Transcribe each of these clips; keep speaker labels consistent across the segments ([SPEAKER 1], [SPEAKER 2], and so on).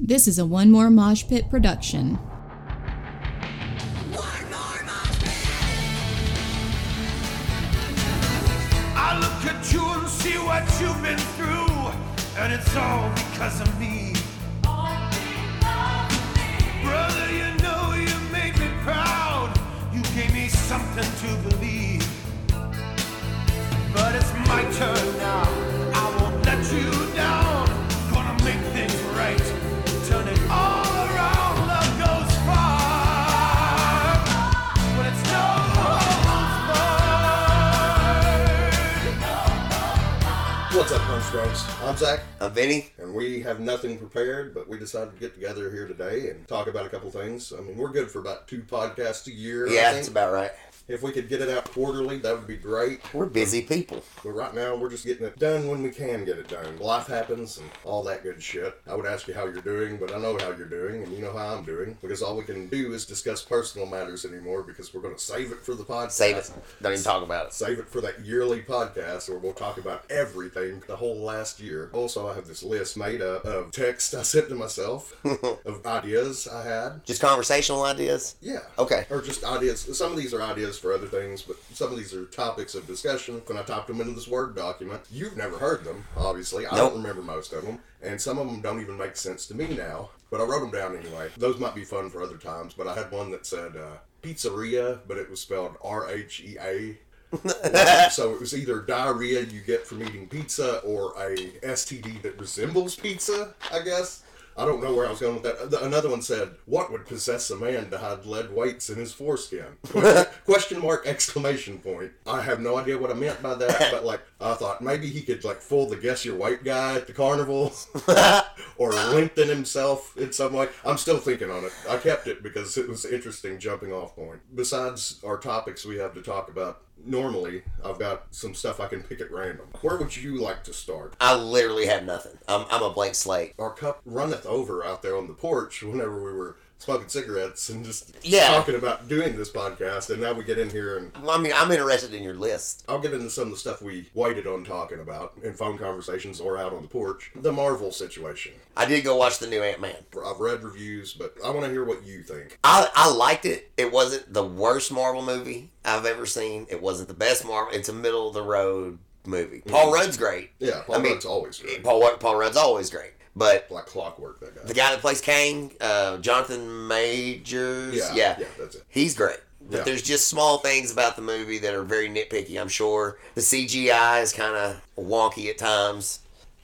[SPEAKER 1] This is a One More Mosh Pit production.
[SPEAKER 2] I look at you and see what you've been through, and it's all because of me. Brother, you know you made me proud. You gave me something to believe. But it's my turn now. I won't let you down. Gonna make things right. Turn it all around. Love goes far. When it's no holds barred.
[SPEAKER 3] What's up, Punch Drunks? I'm Zach,
[SPEAKER 4] I'm Vinny.
[SPEAKER 3] and we have nothing prepared, but we decided to get together here today and talk about a couple things. I mean, we're good for about two podcasts a year. I
[SPEAKER 4] Yeah,
[SPEAKER 3] think.
[SPEAKER 4] that's about right.
[SPEAKER 3] if we could get it out quarterly, that would be great.
[SPEAKER 4] We're busy people.
[SPEAKER 3] But right now, we're just getting it done when we can get it done. Life happens and all that good shit. I would ask you how you're doing, but I know how you're doing, and you know how I'm doing, because all we can do is discuss personal matters anymore because we're going to save it for the podcast.
[SPEAKER 4] Save it. Don't even talk about it.
[SPEAKER 3] Save it for that yearly podcast where we'll talk about everything the whole last year. Also, I have this list made up of text I sent to myself, of ideas I had.
[SPEAKER 4] Just conversational ideas.
[SPEAKER 3] Yeah.
[SPEAKER 4] Okay.
[SPEAKER 3] Or just ideas. Some of these are ideas for other things, but some of these are topics of discussion. When I typed them into this Word document, you've never heard them, obviously. I
[SPEAKER 4] Nope.
[SPEAKER 3] don't remember most of them, and some of them don't even make sense to me now. But I wrote them down anyway. Those might be fun for other times. But I had one that said uh, pizzeria, but it was spelled R H E A. So it was either diarrhea you get from eating pizza or a STD that resembles pizza, I guess. I don't know where I was going with that. The- Another one said, "What would possess a man to hide lead weights in his foreskin?" Question mark exclamation point. I have no idea what I meant by that, but like I thought maybe he could like fool the guess your weight guy at the carnival, or lengthen himself in some way. I'm still thinking on it. I kept it because it was an interesting jumping off point. Besides our topics we have to talk about normally, I've got some stuff I can pick at random. Where would you like to start?
[SPEAKER 4] I literally have nothing. I'm, I'm a blank slate.
[SPEAKER 3] Our cup runneth over out there on the porch whenever we were smoking cigarettes and just
[SPEAKER 4] Yeah.
[SPEAKER 3] talking about doing this podcast, and now we get in here and
[SPEAKER 4] I mean, I'm interested in your list.
[SPEAKER 3] I'll get into some of the stuff we waited on talking about in phone conversations or out on the porch. The Marvel situation.
[SPEAKER 4] I did go watch the new Ant Man.
[SPEAKER 3] I've read reviews, but I want to hear what you think.
[SPEAKER 4] I, I liked it. It wasn't the worst Marvel movie I've ever seen. It wasn't the best Marvel. It's a middle of the road movie. Paul Rudd's great.
[SPEAKER 3] Mm-hmm. Yeah, Paul
[SPEAKER 4] I mean,
[SPEAKER 3] Rudd's always good.
[SPEAKER 4] Paul, Paul Rudd's always great. But
[SPEAKER 3] like clockwork, that
[SPEAKER 4] the
[SPEAKER 3] guy.
[SPEAKER 4] guy that plays Kang, uh, Jonathan Majors.
[SPEAKER 3] Yeah, yeah, that's it.
[SPEAKER 4] He's great. But
[SPEAKER 3] Yeah.
[SPEAKER 4] there's just small things about the movie that are very nitpicky, I'm sure. The CGI is kind of wonky at times,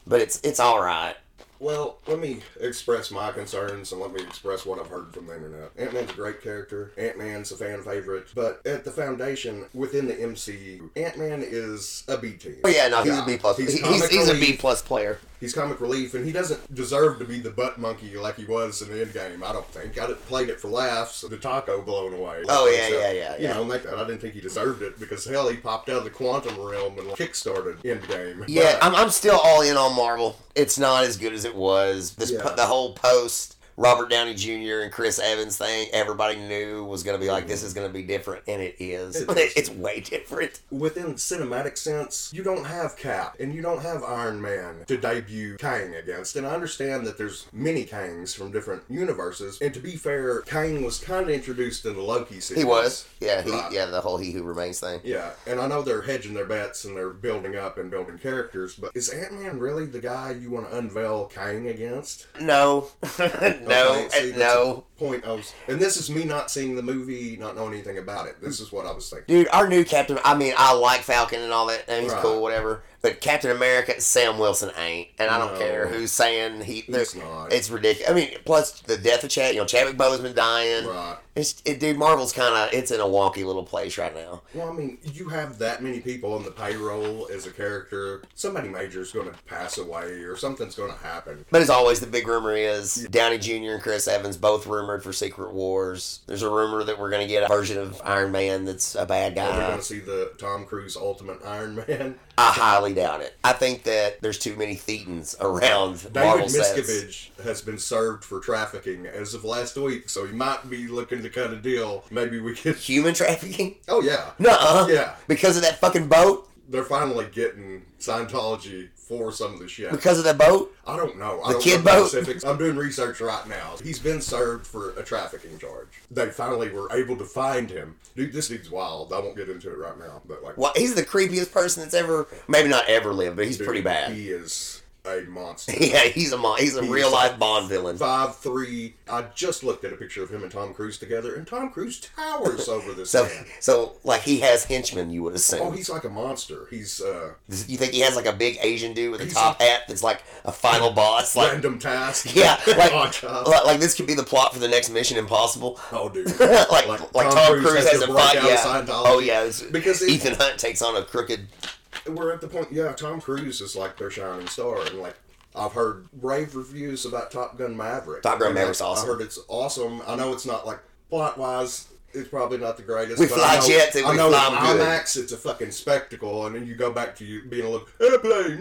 [SPEAKER 4] but it's it's all right.
[SPEAKER 3] Well, let me express my concerns and let me express what I've heard from the internet. Ant Man's a great character. Ant Man's a fan favorite, but at the foundation within the MCU, Ant Man is a B team.
[SPEAKER 4] But Oh, yeah, no, he's
[SPEAKER 3] Yeah,
[SPEAKER 4] a B plus.
[SPEAKER 3] he's
[SPEAKER 4] He's, he's, he's a
[SPEAKER 3] comic
[SPEAKER 4] B
[SPEAKER 3] relief.
[SPEAKER 4] plus player.
[SPEAKER 3] He's comic relief, and he doesn't deserve to be the butt monkey like he was in the end game. I don't think. I didn't- played it for laughs. The taco blown away.
[SPEAKER 4] Oh, yeah,
[SPEAKER 3] So,
[SPEAKER 4] yeah, yeah,
[SPEAKER 3] You
[SPEAKER 4] yeah.
[SPEAKER 3] know, like that. I didn't think he deserved it because hell, he popped out of the quantum realm and like, kickstarted end game.
[SPEAKER 4] Yeah, I'm, I'm still all in on Marvel. It's not as good as it was. This
[SPEAKER 3] Yeah.
[SPEAKER 4] the whole post Robert Downey Jr. and Chris Evans thing. Everybody knew was going to be like this is going to be different, and it is.
[SPEAKER 3] It is.
[SPEAKER 4] it's way different.
[SPEAKER 3] within cinematic sense, you don't have Cap and you don't have Iron Man to debut Kang against. And I understand that there's many Kangs from different universes. And to be fair, Kang was kind of introduced in the Loki series.
[SPEAKER 4] He was. Yeah, he,
[SPEAKER 3] Right.
[SPEAKER 4] yeah. The whole He Who Remains thing.
[SPEAKER 3] Yeah, and I know they're hedging their bets and they're building up and building characters, but is Ant Man really the guy you want to unveil Kang against?
[SPEAKER 4] No, no,
[SPEAKER 3] Okay, see,
[SPEAKER 4] and
[SPEAKER 3] that's
[SPEAKER 4] no.
[SPEAKER 3] a Point I was, and this is me not seeing the movie, not knowing anything about it. This is what I was thinking.
[SPEAKER 4] Dude, our new Captain. I mean, I like Falcon and all that, and he's
[SPEAKER 3] Right.
[SPEAKER 4] cool, whatever. But Captain America, Sam Wilson ain't, and I don't
[SPEAKER 3] No.
[SPEAKER 4] care who's saying he.
[SPEAKER 3] He's
[SPEAKER 4] there-
[SPEAKER 3] not.
[SPEAKER 4] It's ridiculous. I mean, plus the death of Chad. You know, Chadwick Boseman dying.
[SPEAKER 3] Right.
[SPEAKER 4] It's it, dude. Marvel's kind of it's in a wonky little place right now.
[SPEAKER 3] Well, I mean, you have that many people on the payroll as a character. Somebody major's going to pass away, or something's going to happen.
[SPEAKER 4] But as always, the big rumor is Downey Jr. and Chris Evans both rumored for Secret Wars. There's a rumor that we're gonna get a version of Iron Man that's a bad
[SPEAKER 3] Are we
[SPEAKER 4] guy.
[SPEAKER 3] going to see the Tom Cruise Ultimate Iron Man?
[SPEAKER 4] I highly doubt it. I think that there's too many Thetans around Marvel
[SPEAKER 3] David
[SPEAKER 4] sets.
[SPEAKER 3] Miscavige has been served for trafficking as of last week, so he might be looking to cut a deal. Maybe we could.
[SPEAKER 4] Human trafficking.
[SPEAKER 3] Oh yeah,
[SPEAKER 4] Nuh-uh.
[SPEAKER 3] Yeah.
[SPEAKER 4] Because of that fucking boat?
[SPEAKER 3] they're finally getting Scientology for some of the shit.
[SPEAKER 4] because of the boat.
[SPEAKER 3] I don't know. I don't
[SPEAKER 4] kid
[SPEAKER 3] know
[SPEAKER 4] boat?
[SPEAKER 3] specifics. I'm doing research right now. He's been served for a trafficking charge. They finally were able to find him. Dude, this dude's wild. I won't get into it right now, but like,
[SPEAKER 4] Well, he's the creepiest person that's ever, maybe not ever lived, but he's
[SPEAKER 3] dude,
[SPEAKER 4] pretty bad.
[SPEAKER 3] He is a monster.
[SPEAKER 4] yeah, he's a mon- he's a real life Bond villain.
[SPEAKER 3] Five three. I just looked at a picture of him and Tom Cruise together, and Tom Cruise towers over this
[SPEAKER 4] So,
[SPEAKER 3] man.
[SPEAKER 4] so like he has henchmen. You would
[SPEAKER 3] Oh,
[SPEAKER 4] assume.
[SPEAKER 3] he's like a monster. He's uh,
[SPEAKER 4] you think he has like a big Asian dude with a
[SPEAKER 3] He's
[SPEAKER 4] top hat that's like a final boss? Like,
[SPEAKER 3] random task.
[SPEAKER 4] yeah,
[SPEAKER 3] Odd
[SPEAKER 4] like,
[SPEAKER 3] job.
[SPEAKER 4] like like this could be the plot for the next Mission Impossible.
[SPEAKER 3] Oh, dude.
[SPEAKER 4] like, like Tom, Cruise, has, a
[SPEAKER 3] to break
[SPEAKER 4] fight.
[SPEAKER 3] out of
[SPEAKER 4] Yeah.
[SPEAKER 3] Scientology.
[SPEAKER 4] Oh yeah, it's-
[SPEAKER 3] Because it-
[SPEAKER 4] Ethan Hunt takes on a crooked.
[SPEAKER 3] We're at the point, yeah, Tom Cruise is like their shining star. And like, I've heard rave reviews about Top Gun Maverick.
[SPEAKER 4] Top Gun
[SPEAKER 3] And,
[SPEAKER 4] Maverick's
[SPEAKER 3] like,
[SPEAKER 4] awesome.
[SPEAKER 3] I heard it's awesome. I know it's not like plot wise. It's probably not the greatest.
[SPEAKER 4] We
[SPEAKER 3] but
[SPEAKER 4] fly
[SPEAKER 3] I know,
[SPEAKER 4] jets and
[SPEAKER 3] I
[SPEAKER 4] we
[SPEAKER 3] know
[SPEAKER 4] fly
[SPEAKER 3] with
[SPEAKER 4] 'em good.
[SPEAKER 3] IMAX, it's a fucking spectacle, and then you go back to you being a little airplane.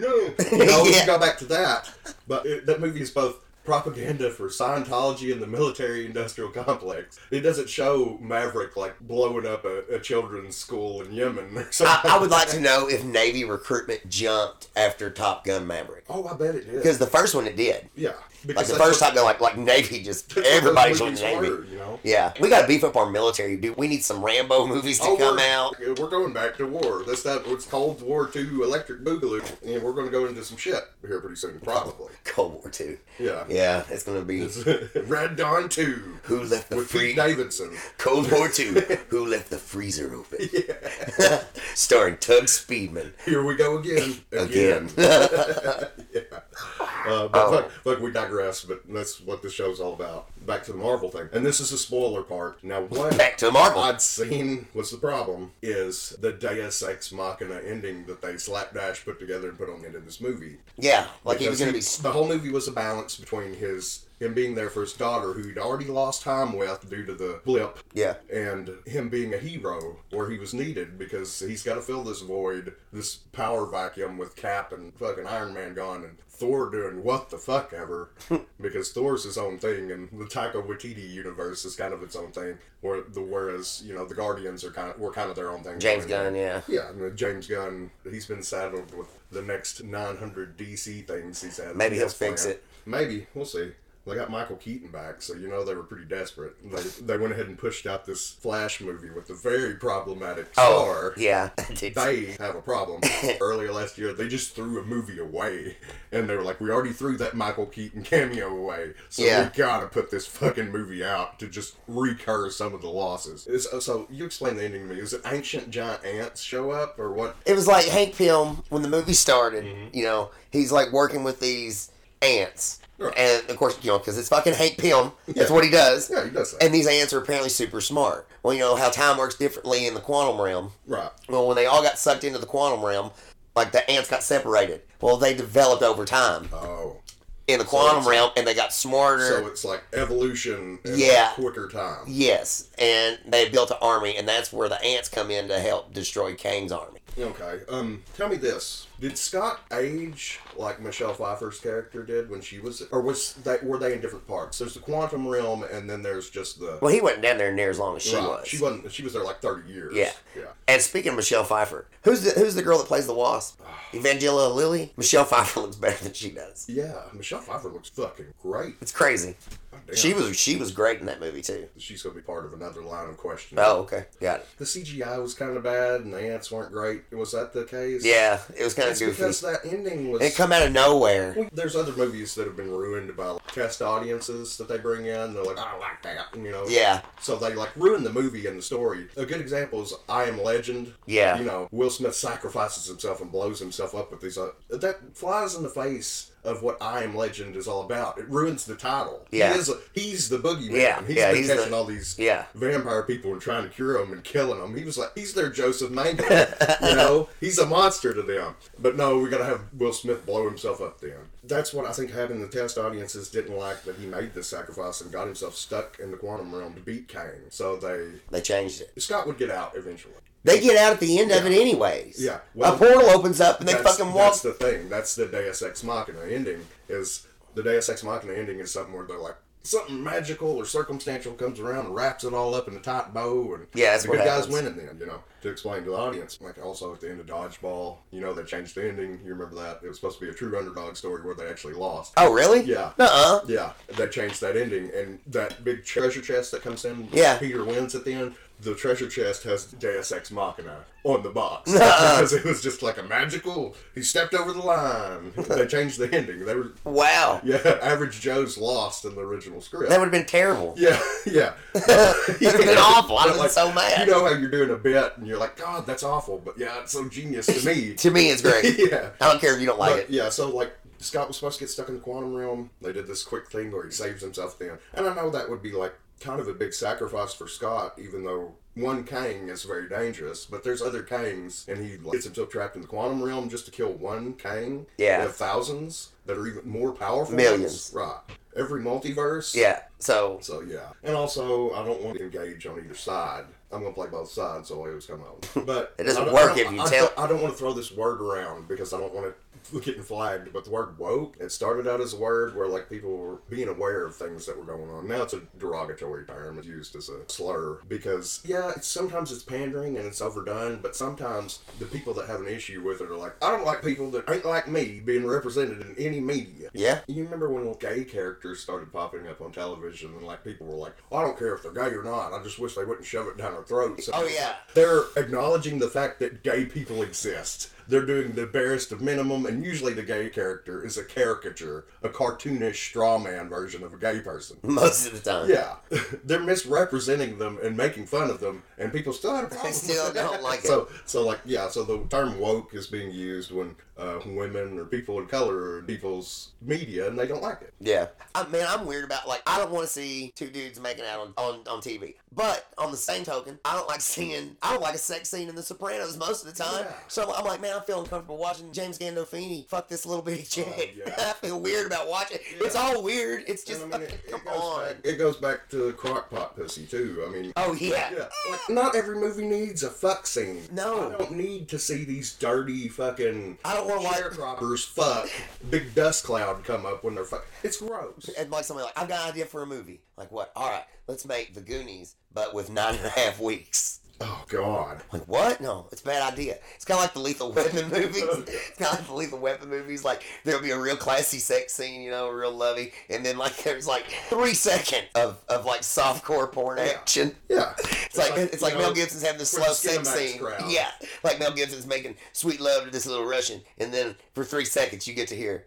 [SPEAKER 3] No, you know,
[SPEAKER 4] Yeah.
[SPEAKER 3] you go back to that. But it, that movie is both propaganda for Scientology and the military-industrial complex. It doesn't show Maverick like blowing up a, a children's school in Yemen or
[SPEAKER 4] I,
[SPEAKER 3] something.
[SPEAKER 4] I would like to know if Navy recruitment jumped after Top Gun Maverick
[SPEAKER 3] Oh, I bet it did.
[SPEAKER 4] because the first one it did.
[SPEAKER 3] Yeah,
[SPEAKER 4] Like
[SPEAKER 3] because
[SPEAKER 4] the
[SPEAKER 3] that's
[SPEAKER 4] first
[SPEAKER 3] what-
[SPEAKER 4] time, they're like, like Navy just
[SPEAKER 3] that's what those
[SPEAKER 4] everybody's on
[SPEAKER 3] movies
[SPEAKER 4] Navy.
[SPEAKER 3] were, you know.
[SPEAKER 4] Yeah, we gotta beef up our military, dude. We need some Rambo movies to
[SPEAKER 3] Oh,
[SPEAKER 4] come
[SPEAKER 3] we're-
[SPEAKER 4] out.
[SPEAKER 3] yeah, We're going back to war. That's that. It's Cold War Two, Electric Boogaloo, and we're going to go into some shit here pretty soon, probably.
[SPEAKER 4] Cold War Two.
[SPEAKER 3] Yeah.
[SPEAKER 4] yeah, it's gonna be
[SPEAKER 3] Red Dawn Two
[SPEAKER 4] who left the
[SPEAKER 3] with
[SPEAKER 4] free
[SPEAKER 3] Pete Davidson.
[SPEAKER 4] Cold War Two. who left the freezer open? Starring Tug Speedman.
[SPEAKER 3] Here we go again.
[SPEAKER 4] Again. Oh.
[SPEAKER 3] Uh, but look, look, we digress. But that's what this show's all about. Back to the Marvel thing, and this is the spoiler part. Now, what
[SPEAKER 4] Back to Marvel.
[SPEAKER 3] I'd seen was the problem is the Deus Ex Machina ending that they slapdash put together and put on the end of this movie.
[SPEAKER 4] Yeah, like he was gonna be.
[SPEAKER 3] Because he- the whole movie was a balance between his him being there for his daughter, who he'd already lost time with due to the blip,
[SPEAKER 4] Yeah,
[SPEAKER 3] and him being a hero where he was needed because he's got to fill this void, this power vacuum with Cap and fucking Iron Man gone and Thor doing what the fuck ever because Thor's his own thing and the Taika Waititi universe is kind of its own thing where the whereas you know the Guardians are kind of were kind of their own thing.
[SPEAKER 4] James Gunn. Yeah,
[SPEAKER 3] Yeah, and the James Gunn, he's been saddled with the next 900 DC things he's had.
[SPEAKER 4] Maybe
[SPEAKER 3] he
[SPEAKER 4] he'll
[SPEAKER 3] has
[SPEAKER 4] fix
[SPEAKER 3] planned.
[SPEAKER 4] it.
[SPEAKER 3] Maybe we'll see. They got Michael Keaton back, so you know they were pretty desperate. They, they went ahead and pushed out this Flash movie with the very problematic
[SPEAKER 4] Oh,
[SPEAKER 3] star.
[SPEAKER 4] yeah. Dude,
[SPEAKER 3] They have a problem. Earlier last year, they just threw a movie away, and they were like, "We already threw that Michael Keaton cameo away, so
[SPEAKER 4] Yeah.
[SPEAKER 3] we gotta put this fucking movie out to just recur some of the losses." Is- uh, so you explain the ending to me. Is it ancient giant ants show up, or what?
[SPEAKER 4] it was like Hank Pym when the movie started.
[SPEAKER 3] Mm-hmm.
[SPEAKER 4] You know, he's like working with these ants,
[SPEAKER 3] Right.
[SPEAKER 4] and of course, you know, because it's fucking Hank Pym. That's
[SPEAKER 3] Yeah.
[SPEAKER 4] what he does.
[SPEAKER 3] Yeah, he does that.
[SPEAKER 4] And these ants are apparently super smart. Well, you know how time works differently in the quantum realm.
[SPEAKER 3] right.
[SPEAKER 4] Well, when they all got sucked into the quantum realm, like the ants got separated. Well, they developed over time
[SPEAKER 3] Oh,
[SPEAKER 4] in the quantum
[SPEAKER 3] it's-
[SPEAKER 4] realm, and they got smarter.
[SPEAKER 3] so it's like evolution. And
[SPEAKER 4] Er, Yeah.
[SPEAKER 3] like quicker time.
[SPEAKER 4] yes, and they built an army, and that's where the ants come in to help destroy Kang's army.
[SPEAKER 3] Okay. Um, tell me this: Did Scott age like Michelle Pfeiffer's character did when she was, or was they were they in different parts? There's the quantum realm, and then there's just the
[SPEAKER 4] Well, he wasn't down there near as long as she
[SPEAKER 3] Right.
[SPEAKER 4] was.
[SPEAKER 3] She wasn't. She was there like thirty years.
[SPEAKER 4] Yeah.
[SPEAKER 3] Yeah.
[SPEAKER 4] And speaking of Michelle Pfeiffer, who's the who's the girl that plays the wasp? Evangela Lilly. Michelle Pfeiffer looks better than she does.
[SPEAKER 3] Yeah. Michelle Pfeiffer looks fucking great.
[SPEAKER 4] It's crazy.
[SPEAKER 3] Oh, Damn.
[SPEAKER 4] She was she was great in that movie too.
[SPEAKER 3] She's gonna be part of another line of questioning.
[SPEAKER 4] Oh, okay, got it.
[SPEAKER 3] The CGI was kind of bad, and the ants weren't great. Was that the case?
[SPEAKER 4] Yeah, it was kind of
[SPEAKER 3] It's because
[SPEAKER 4] goofy.
[SPEAKER 3] that ending was.
[SPEAKER 4] It come out of nowhere.
[SPEAKER 3] Well, There's other movies that have been ruined by like, test audiences that they bring in. They're like, I don't like that, you know.
[SPEAKER 4] Yeah.
[SPEAKER 3] So they like ruin the movie and the story. A good example is I Am Legend.
[SPEAKER 4] Yeah.
[SPEAKER 3] You know, Will Smith sacrifices himself and blows himself up with these. Uh, that flies in the face of what I Am Legend is all about. It ruins the title.
[SPEAKER 4] Yeah.
[SPEAKER 3] He is a, he's the boogeyman.
[SPEAKER 4] Yeah,
[SPEAKER 3] He's
[SPEAKER 4] yeah,
[SPEAKER 3] been
[SPEAKER 4] he's
[SPEAKER 3] catching
[SPEAKER 4] the-
[SPEAKER 3] all these
[SPEAKER 4] yeah.
[SPEAKER 3] vampire people and trying to cure them and killing them. He was like, he's their Joseph Mangle. you know, he's a monster to them. But no, we got to have Will Smith blow himself up then. That's what I think having the test audiences didn't like that he made this sacrifice and got himself stuck in the quantum realm to beat Kane. So they.
[SPEAKER 4] They changed it.
[SPEAKER 3] Scott would get out eventually.
[SPEAKER 4] They get out at the end of it
[SPEAKER 3] Yeah.
[SPEAKER 4] anyways.
[SPEAKER 3] Yeah, well,
[SPEAKER 4] a portal opens up and they
[SPEAKER 3] that's,
[SPEAKER 4] fucking walk.
[SPEAKER 3] that's the thing. That's the Deus Ex Machina ending. Is the Deus Ex Machina ending is something where they're like, something magical or circumstantial comes around and wraps it all up in a tight bow, and
[SPEAKER 4] Yeah, that's
[SPEAKER 3] the
[SPEAKER 4] what
[SPEAKER 3] good guys
[SPEAKER 4] happens.
[SPEAKER 3] winning. Then you know to explain to the audience, like also at the end of Dodgeball, you know they changed the ending. You remember that it was supposed to be a true underdog story where they actually lost.
[SPEAKER 4] Oh, really?
[SPEAKER 3] Yeah.
[SPEAKER 4] Uh-uh.
[SPEAKER 3] Yeah, they changed that ending, and that big treasure chest that comes in.
[SPEAKER 4] Yeah.
[SPEAKER 3] Peter wins at the end. The treasure chest has Deus Ex Machina on the box because it was just like a magical. He stepped over the line. they changed the ending. They were
[SPEAKER 4] Wow.
[SPEAKER 3] yeah. Average Joe's lost in the original script.
[SPEAKER 4] That would have been terrible.
[SPEAKER 3] yeah, yeah.
[SPEAKER 4] That would have been awful. I
[SPEAKER 3] But,
[SPEAKER 4] would have been
[SPEAKER 3] like,
[SPEAKER 4] so mad.
[SPEAKER 3] You know how you're doing a bit, and you're like, God, that's awful. But yeah, it's so genius to me.
[SPEAKER 4] to me, it's great.
[SPEAKER 3] yeah.
[SPEAKER 4] I don't care if you don't like
[SPEAKER 3] But,
[SPEAKER 4] it.
[SPEAKER 3] Yeah, so like Scott was supposed to get stuck in the quantum realm. They did this quick thing where he saves himself then. And I know that would be like kind of a big sacrifice for Scott, even though one Kang is very dangerous, but there's other Kangs and he like, gets himself trapped in the quantum realm just to kill one Kang.
[SPEAKER 4] Yeah.
[SPEAKER 3] They have thousands that are even more powerful.
[SPEAKER 4] Millions.
[SPEAKER 3] ones. Right. Every multiverse.
[SPEAKER 4] Yeah. So
[SPEAKER 3] So yeah, and also I don't want to engage on either side. I'm gonna play both sides, so I always come out. But
[SPEAKER 4] It doesn't
[SPEAKER 3] I don't-
[SPEAKER 4] work
[SPEAKER 3] I don't-
[SPEAKER 4] if you
[SPEAKER 3] I
[SPEAKER 4] tell-
[SPEAKER 3] don't- I don't want to throw this word around because I don't want to getting flagged. But the word woke, it started out as a word where like people were being aware of things that were going on. Now it's a derogatory term. It's used as a slur because yeah, it's, sometimes it's pandering and it's overdone. But sometimes the people that have an issue with it are like, I don't like people that ain't like me being represented in any media.
[SPEAKER 4] yeah.
[SPEAKER 3] You remember when gay characters started popping up on television and like people were like, I don't care if they're gay or not, I just wish they wouldn't shove it down our throats.
[SPEAKER 4] Oh, yeah.
[SPEAKER 3] They're acknowledging the fact that gay people exist. They're doing the barest of minimum, and usually the gay character is a caricature, a cartoonish straw man version of a gay person.
[SPEAKER 4] Most of the time.
[SPEAKER 3] Yeah. They're misrepresenting them and making fun of them, and people still had a problem.
[SPEAKER 4] They still
[SPEAKER 3] with that.
[SPEAKER 4] don't like it.
[SPEAKER 3] So, so like, yeah. So the term woke is being used when uh, women or people of color are in people's media, and they don't like it.
[SPEAKER 4] Yeah. I, man, I'm weird about like I don't want to see two dudes making out on, on on TV. But on the same token, I don't like seeing I don't like a sex scene in The Sopranos most of the time.
[SPEAKER 3] Yeah.
[SPEAKER 4] So I'm like, man, I feel uncomfortable watching James Gandolfini fuck this little bitty chick.
[SPEAKER 3] Oh, yeah.
[SPEAKER 4] I feel weird about watching. It's all weird. It's just
[SPEAKER 3] And
[SPEAKER 4] fucking come on.
[SPEAKER 3] Back, it goes back to crockpot pussy too. I mean,
[SPEAKER 4] Oh yeah.
[SPEAKER 3] yeah. Like, not every movie needs a fuck scene.
[SPEAKER 4] No.
[SPEAKER 3] I don't need to see these dirty fucking
[SPEAKER 4] I don't want to watch.
[SPEAKER 3] sharecroppers fuck. Big dust cloud come up when they're fuck. It's gross.
[SPEAKER 4] And like somebody like I've got an idea for a movie. Like what? All right, let's make The Goonies, but with nine and a half weeks.
[SPEAKER 3] Oh God.
[SPEAKER 4] Like what? No, it's a bad idea. It's kind of like the Lethal Weapon movies. It's kind of like the Lethal Weapon movies. Like there'll be a real classy sex scene, you know, real lovey, and then like there's like three seconds of, of like softcore porn action.
[SPEAKER 3] Yeah.
[SPEAKER 4] It's like it's like
[SPEAKER 3] you
[SPEAKER 4] Mel
[SPEAKER 3] know,
[SPEAKER 4] Gibson's having this
[SPEAKER 3] for
[SPEAKER 4] slow
[SPEAKER 3] the
[SPEAKER 4] sex
[SPEAKER 3] Cinemax
[SPEAKER 4] scene.
[SPEAKER 3] crowd.
[SPEAKER 4] Yeah, like Mel Gibson's making sweet love to this little Russian, and then for three seconds you get to hear.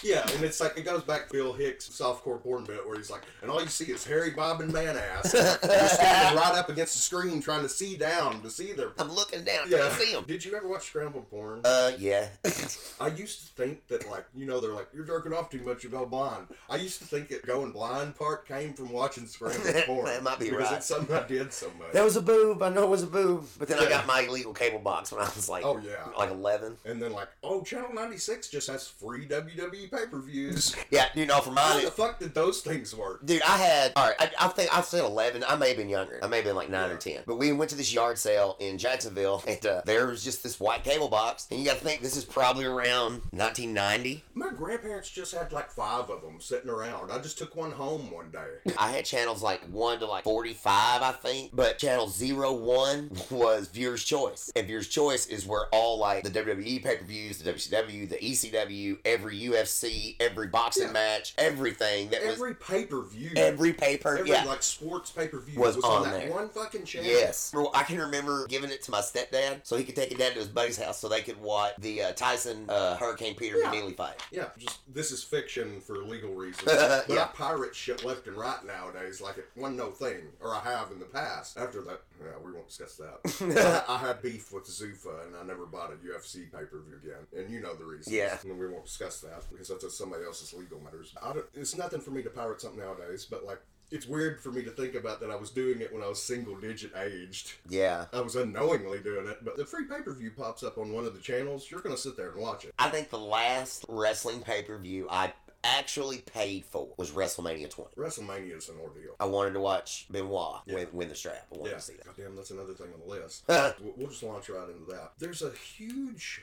[SPEAKER 3] Yeah, and it's like it goes back to Bill Hicks' softcore porn bit where he's like, and all you see is hairy bobbing man ass. You're standing right up against the screen trying to see down to see their.
[SPEAKER 4] I'm looking down. I
[SPEAKER 3] Yeah.
[SPEAKER 4] can't see him.
[SPEAKER 3] Did you ever watch scrambled porn?
[SPEAKER 4] Uh, yeah.
[SPEAKER 3] I used to think that like you know they're like you're jerking off too much you go blind. I used to think that going blind part came from watching scrambled porn.
[SPEAKER 4] That might be
[SPEAKER 3] because
[SPEAKER 4] right.
[SPEAKER 3] it's something I did so much.
[SPEAKER 4] There was a boob. I know it was a boob. But then I
[SPEAKER 3] Yeah.
[SPEAKER 4] got my illegal cable box when I was like,
[SPEAKER 3] Oh, yeah.
[SPEAKER 4] like eleven.
[SPEAKER 3] and then like, oh, Channel 96 just has free WWE pay per views.
[SPEAKER 4] Yeah, you know, for
[SPEAKER 3] How
[SPEAKER 4] mine,
[SPEAKER 3] the fuck did those things work?
[SPEAKER 4] Dude, I had all right. I, I think I said eleven. I may have been younger. I may have been like nine or ten. But we went to this yard sale in Jacksonville, and uh, there was just this white cable box. And you got to think this is probably around 1990.
[SPEAKER 3] My grandparents just had like five of them sitting around. I just took one home one day.
[SPEAKER 4] I had channels like one to like 45, I think. But channel zero one was Viewer's Choice, and Viewer's Choice is where all like the WWE pay per views, the WCW, the ECW, every UFC, every boxing
[SPEAKER 3] Yeah.
[SPEAKER 4] match, everything that was
[SPEAKER 3] Every pay per view,
[SPEAKER 4] every pay per yeah.
[SPEAKER 3] like sports pay per view
[SPEAKER 4] Was
[SPEAKER 3] was, on,
[SPEAKER 4] on
[SPEAKER 3] that
[SPEAKER 4] there.
[SPEAKER 3] one fucking channel.
[SPEAKER 4] Yes. Remember, I can remember giving it to my stepdad so he could take it down to his buddy's house so they could watch the uh, Tyson uh, Hurricane Peter
[SPEAKER 3] Yeah.
[SPEAKER 4] McNeely fight.
[SPEAKER 3] Yeah, just this is fiction for legal reasons. but
[SPEAKER 4] Yeah.
[SPEAKER 3] I pirate shit left and right nowadays, like it one no thing, or I have in the past. After that, yeah, we won't discuss that. I, I had beef with Zuffa, and I never bought a UFC pay per view again, and you know the reason.
[SPEAKER 4] Yeah.
[SPEAKER 3] and we won't discuss that because that's somebody else's legal matters. I don't, it's nothing for me to pirate something nowadays, but like. It's weird for me to think about that I was doing it when I was single digit aged.
[SPEAKER 4] Yeah.
[SPEAKER 3] I was unknowingly doing it, but the free pay per view pops up on one of the channels. You're going to sit there and watch it.
[SPEAKER 4] I think the last wrestling pay per view I actually paid for was WrestleMania 20.
[SPEAKER 3] WrestleMania is an ordeal.
[SPEAKER 4] I wanted to watch Benoit
[SPEAKER 3] Yeah.
[SPEAKER 4] win, win the strap. I wanted
[SPEAKER 3] Yeah,
[SPEAKER 4] to see that. Uh.
[SPEAKER 3] goddamn, that's another thing on the list.
[SPEAKER 4] Huh.
[SPEAKER 3] We'll we'll just launch right into that. There's a huge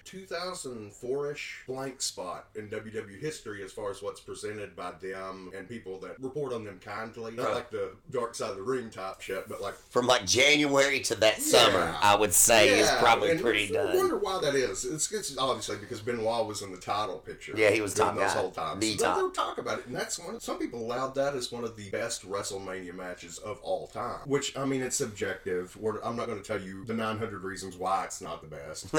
[SPEAKER 3] 2004-ish blank spot in WWE history as far as what's presented by them and people that report on them kindly. Not
[SPEAKER 4] Right.
[SPEAKER 3] like the dark side of the ring type shit, but like
[SPEAKER 4] From like January to that summer,
[SPEAKER 3] Yeah.
[SPEAKER 4] I would say is probably
[SPEAKER 3] and
[SPEAKER 4] pretty
[SPEAKER 3] I
[SPEAKER 4] done.
[SPEAKER 3] wonder why that is. It's, it's obviously because Benoit was in the title picture.
[SPEAKER 4] Yeah, he was
[SPEAKER 3] during
[SPEAKER 4] top
[SPEAKER 3] those
[SPEAKER 4] guy.
[SPEAKER 3] whole times.
[SPEAKER 4] The
[SPEAKER 3] So
[SPEAKER 4] top.
[SPEAKER 3] They'll talk about it, and that's one. Of, some people allowed that as one of the best WrestleMania matches of all time. Which I mean, it's subjective. We're, I'm not going to tell you the 900 reasons why it's not the best.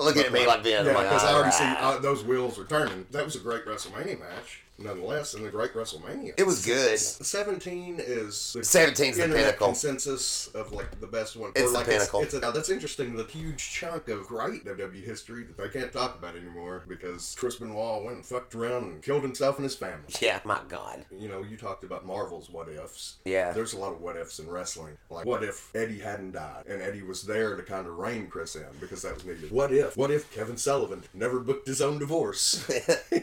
[SPEAKER 4] Looking at me like this.
[SPEAKER 3] Yeah,
[SPEAKER 4] I'm like,
[SPEAKER 3] because I
[SPEAKER 4] "All
[SPEAKER 3] already see
[SPEAKER 4] right."
[SPEAKER 3] uh, those wheels are turning. That was a great WrestleMania match, nonetheless, and a great WrestleMania.
[SPEAKER 4] It was good.
[SPEAKER 3] 17 is the
[SPEAKER 4] 17's the
[SPEAKER 3] internet
[SPEAKER 4] pinnacle.
[SPEAKER 3] consensus of like the best one.
[SPEAKER 4] It's
[SPEAKER 3] Or,
[SPEAKER 4] the
[SPEAKER 3] like,
[SPEAKER 4] pinnacle.
[SPEAKER 3] It's, now that's interesting. The huge chunk of great WWE history that they can't talk about anymore because Chris Benoit went and fucked around and killed himself and his family.
[SPEAKER 4] Yeah, my God.
[SPEAKER 3] You know, you talked about Marvel's what ifs.
[SPEAKER 4] Yeah.
[SPEAKER 3] There's a lot of what ifs in wrestling. Like, what if Eddie hadn't died and Eddie was there to kind of rein Chris in because that was needed? What if? What if Kevin Sullivan never booked his own divorce?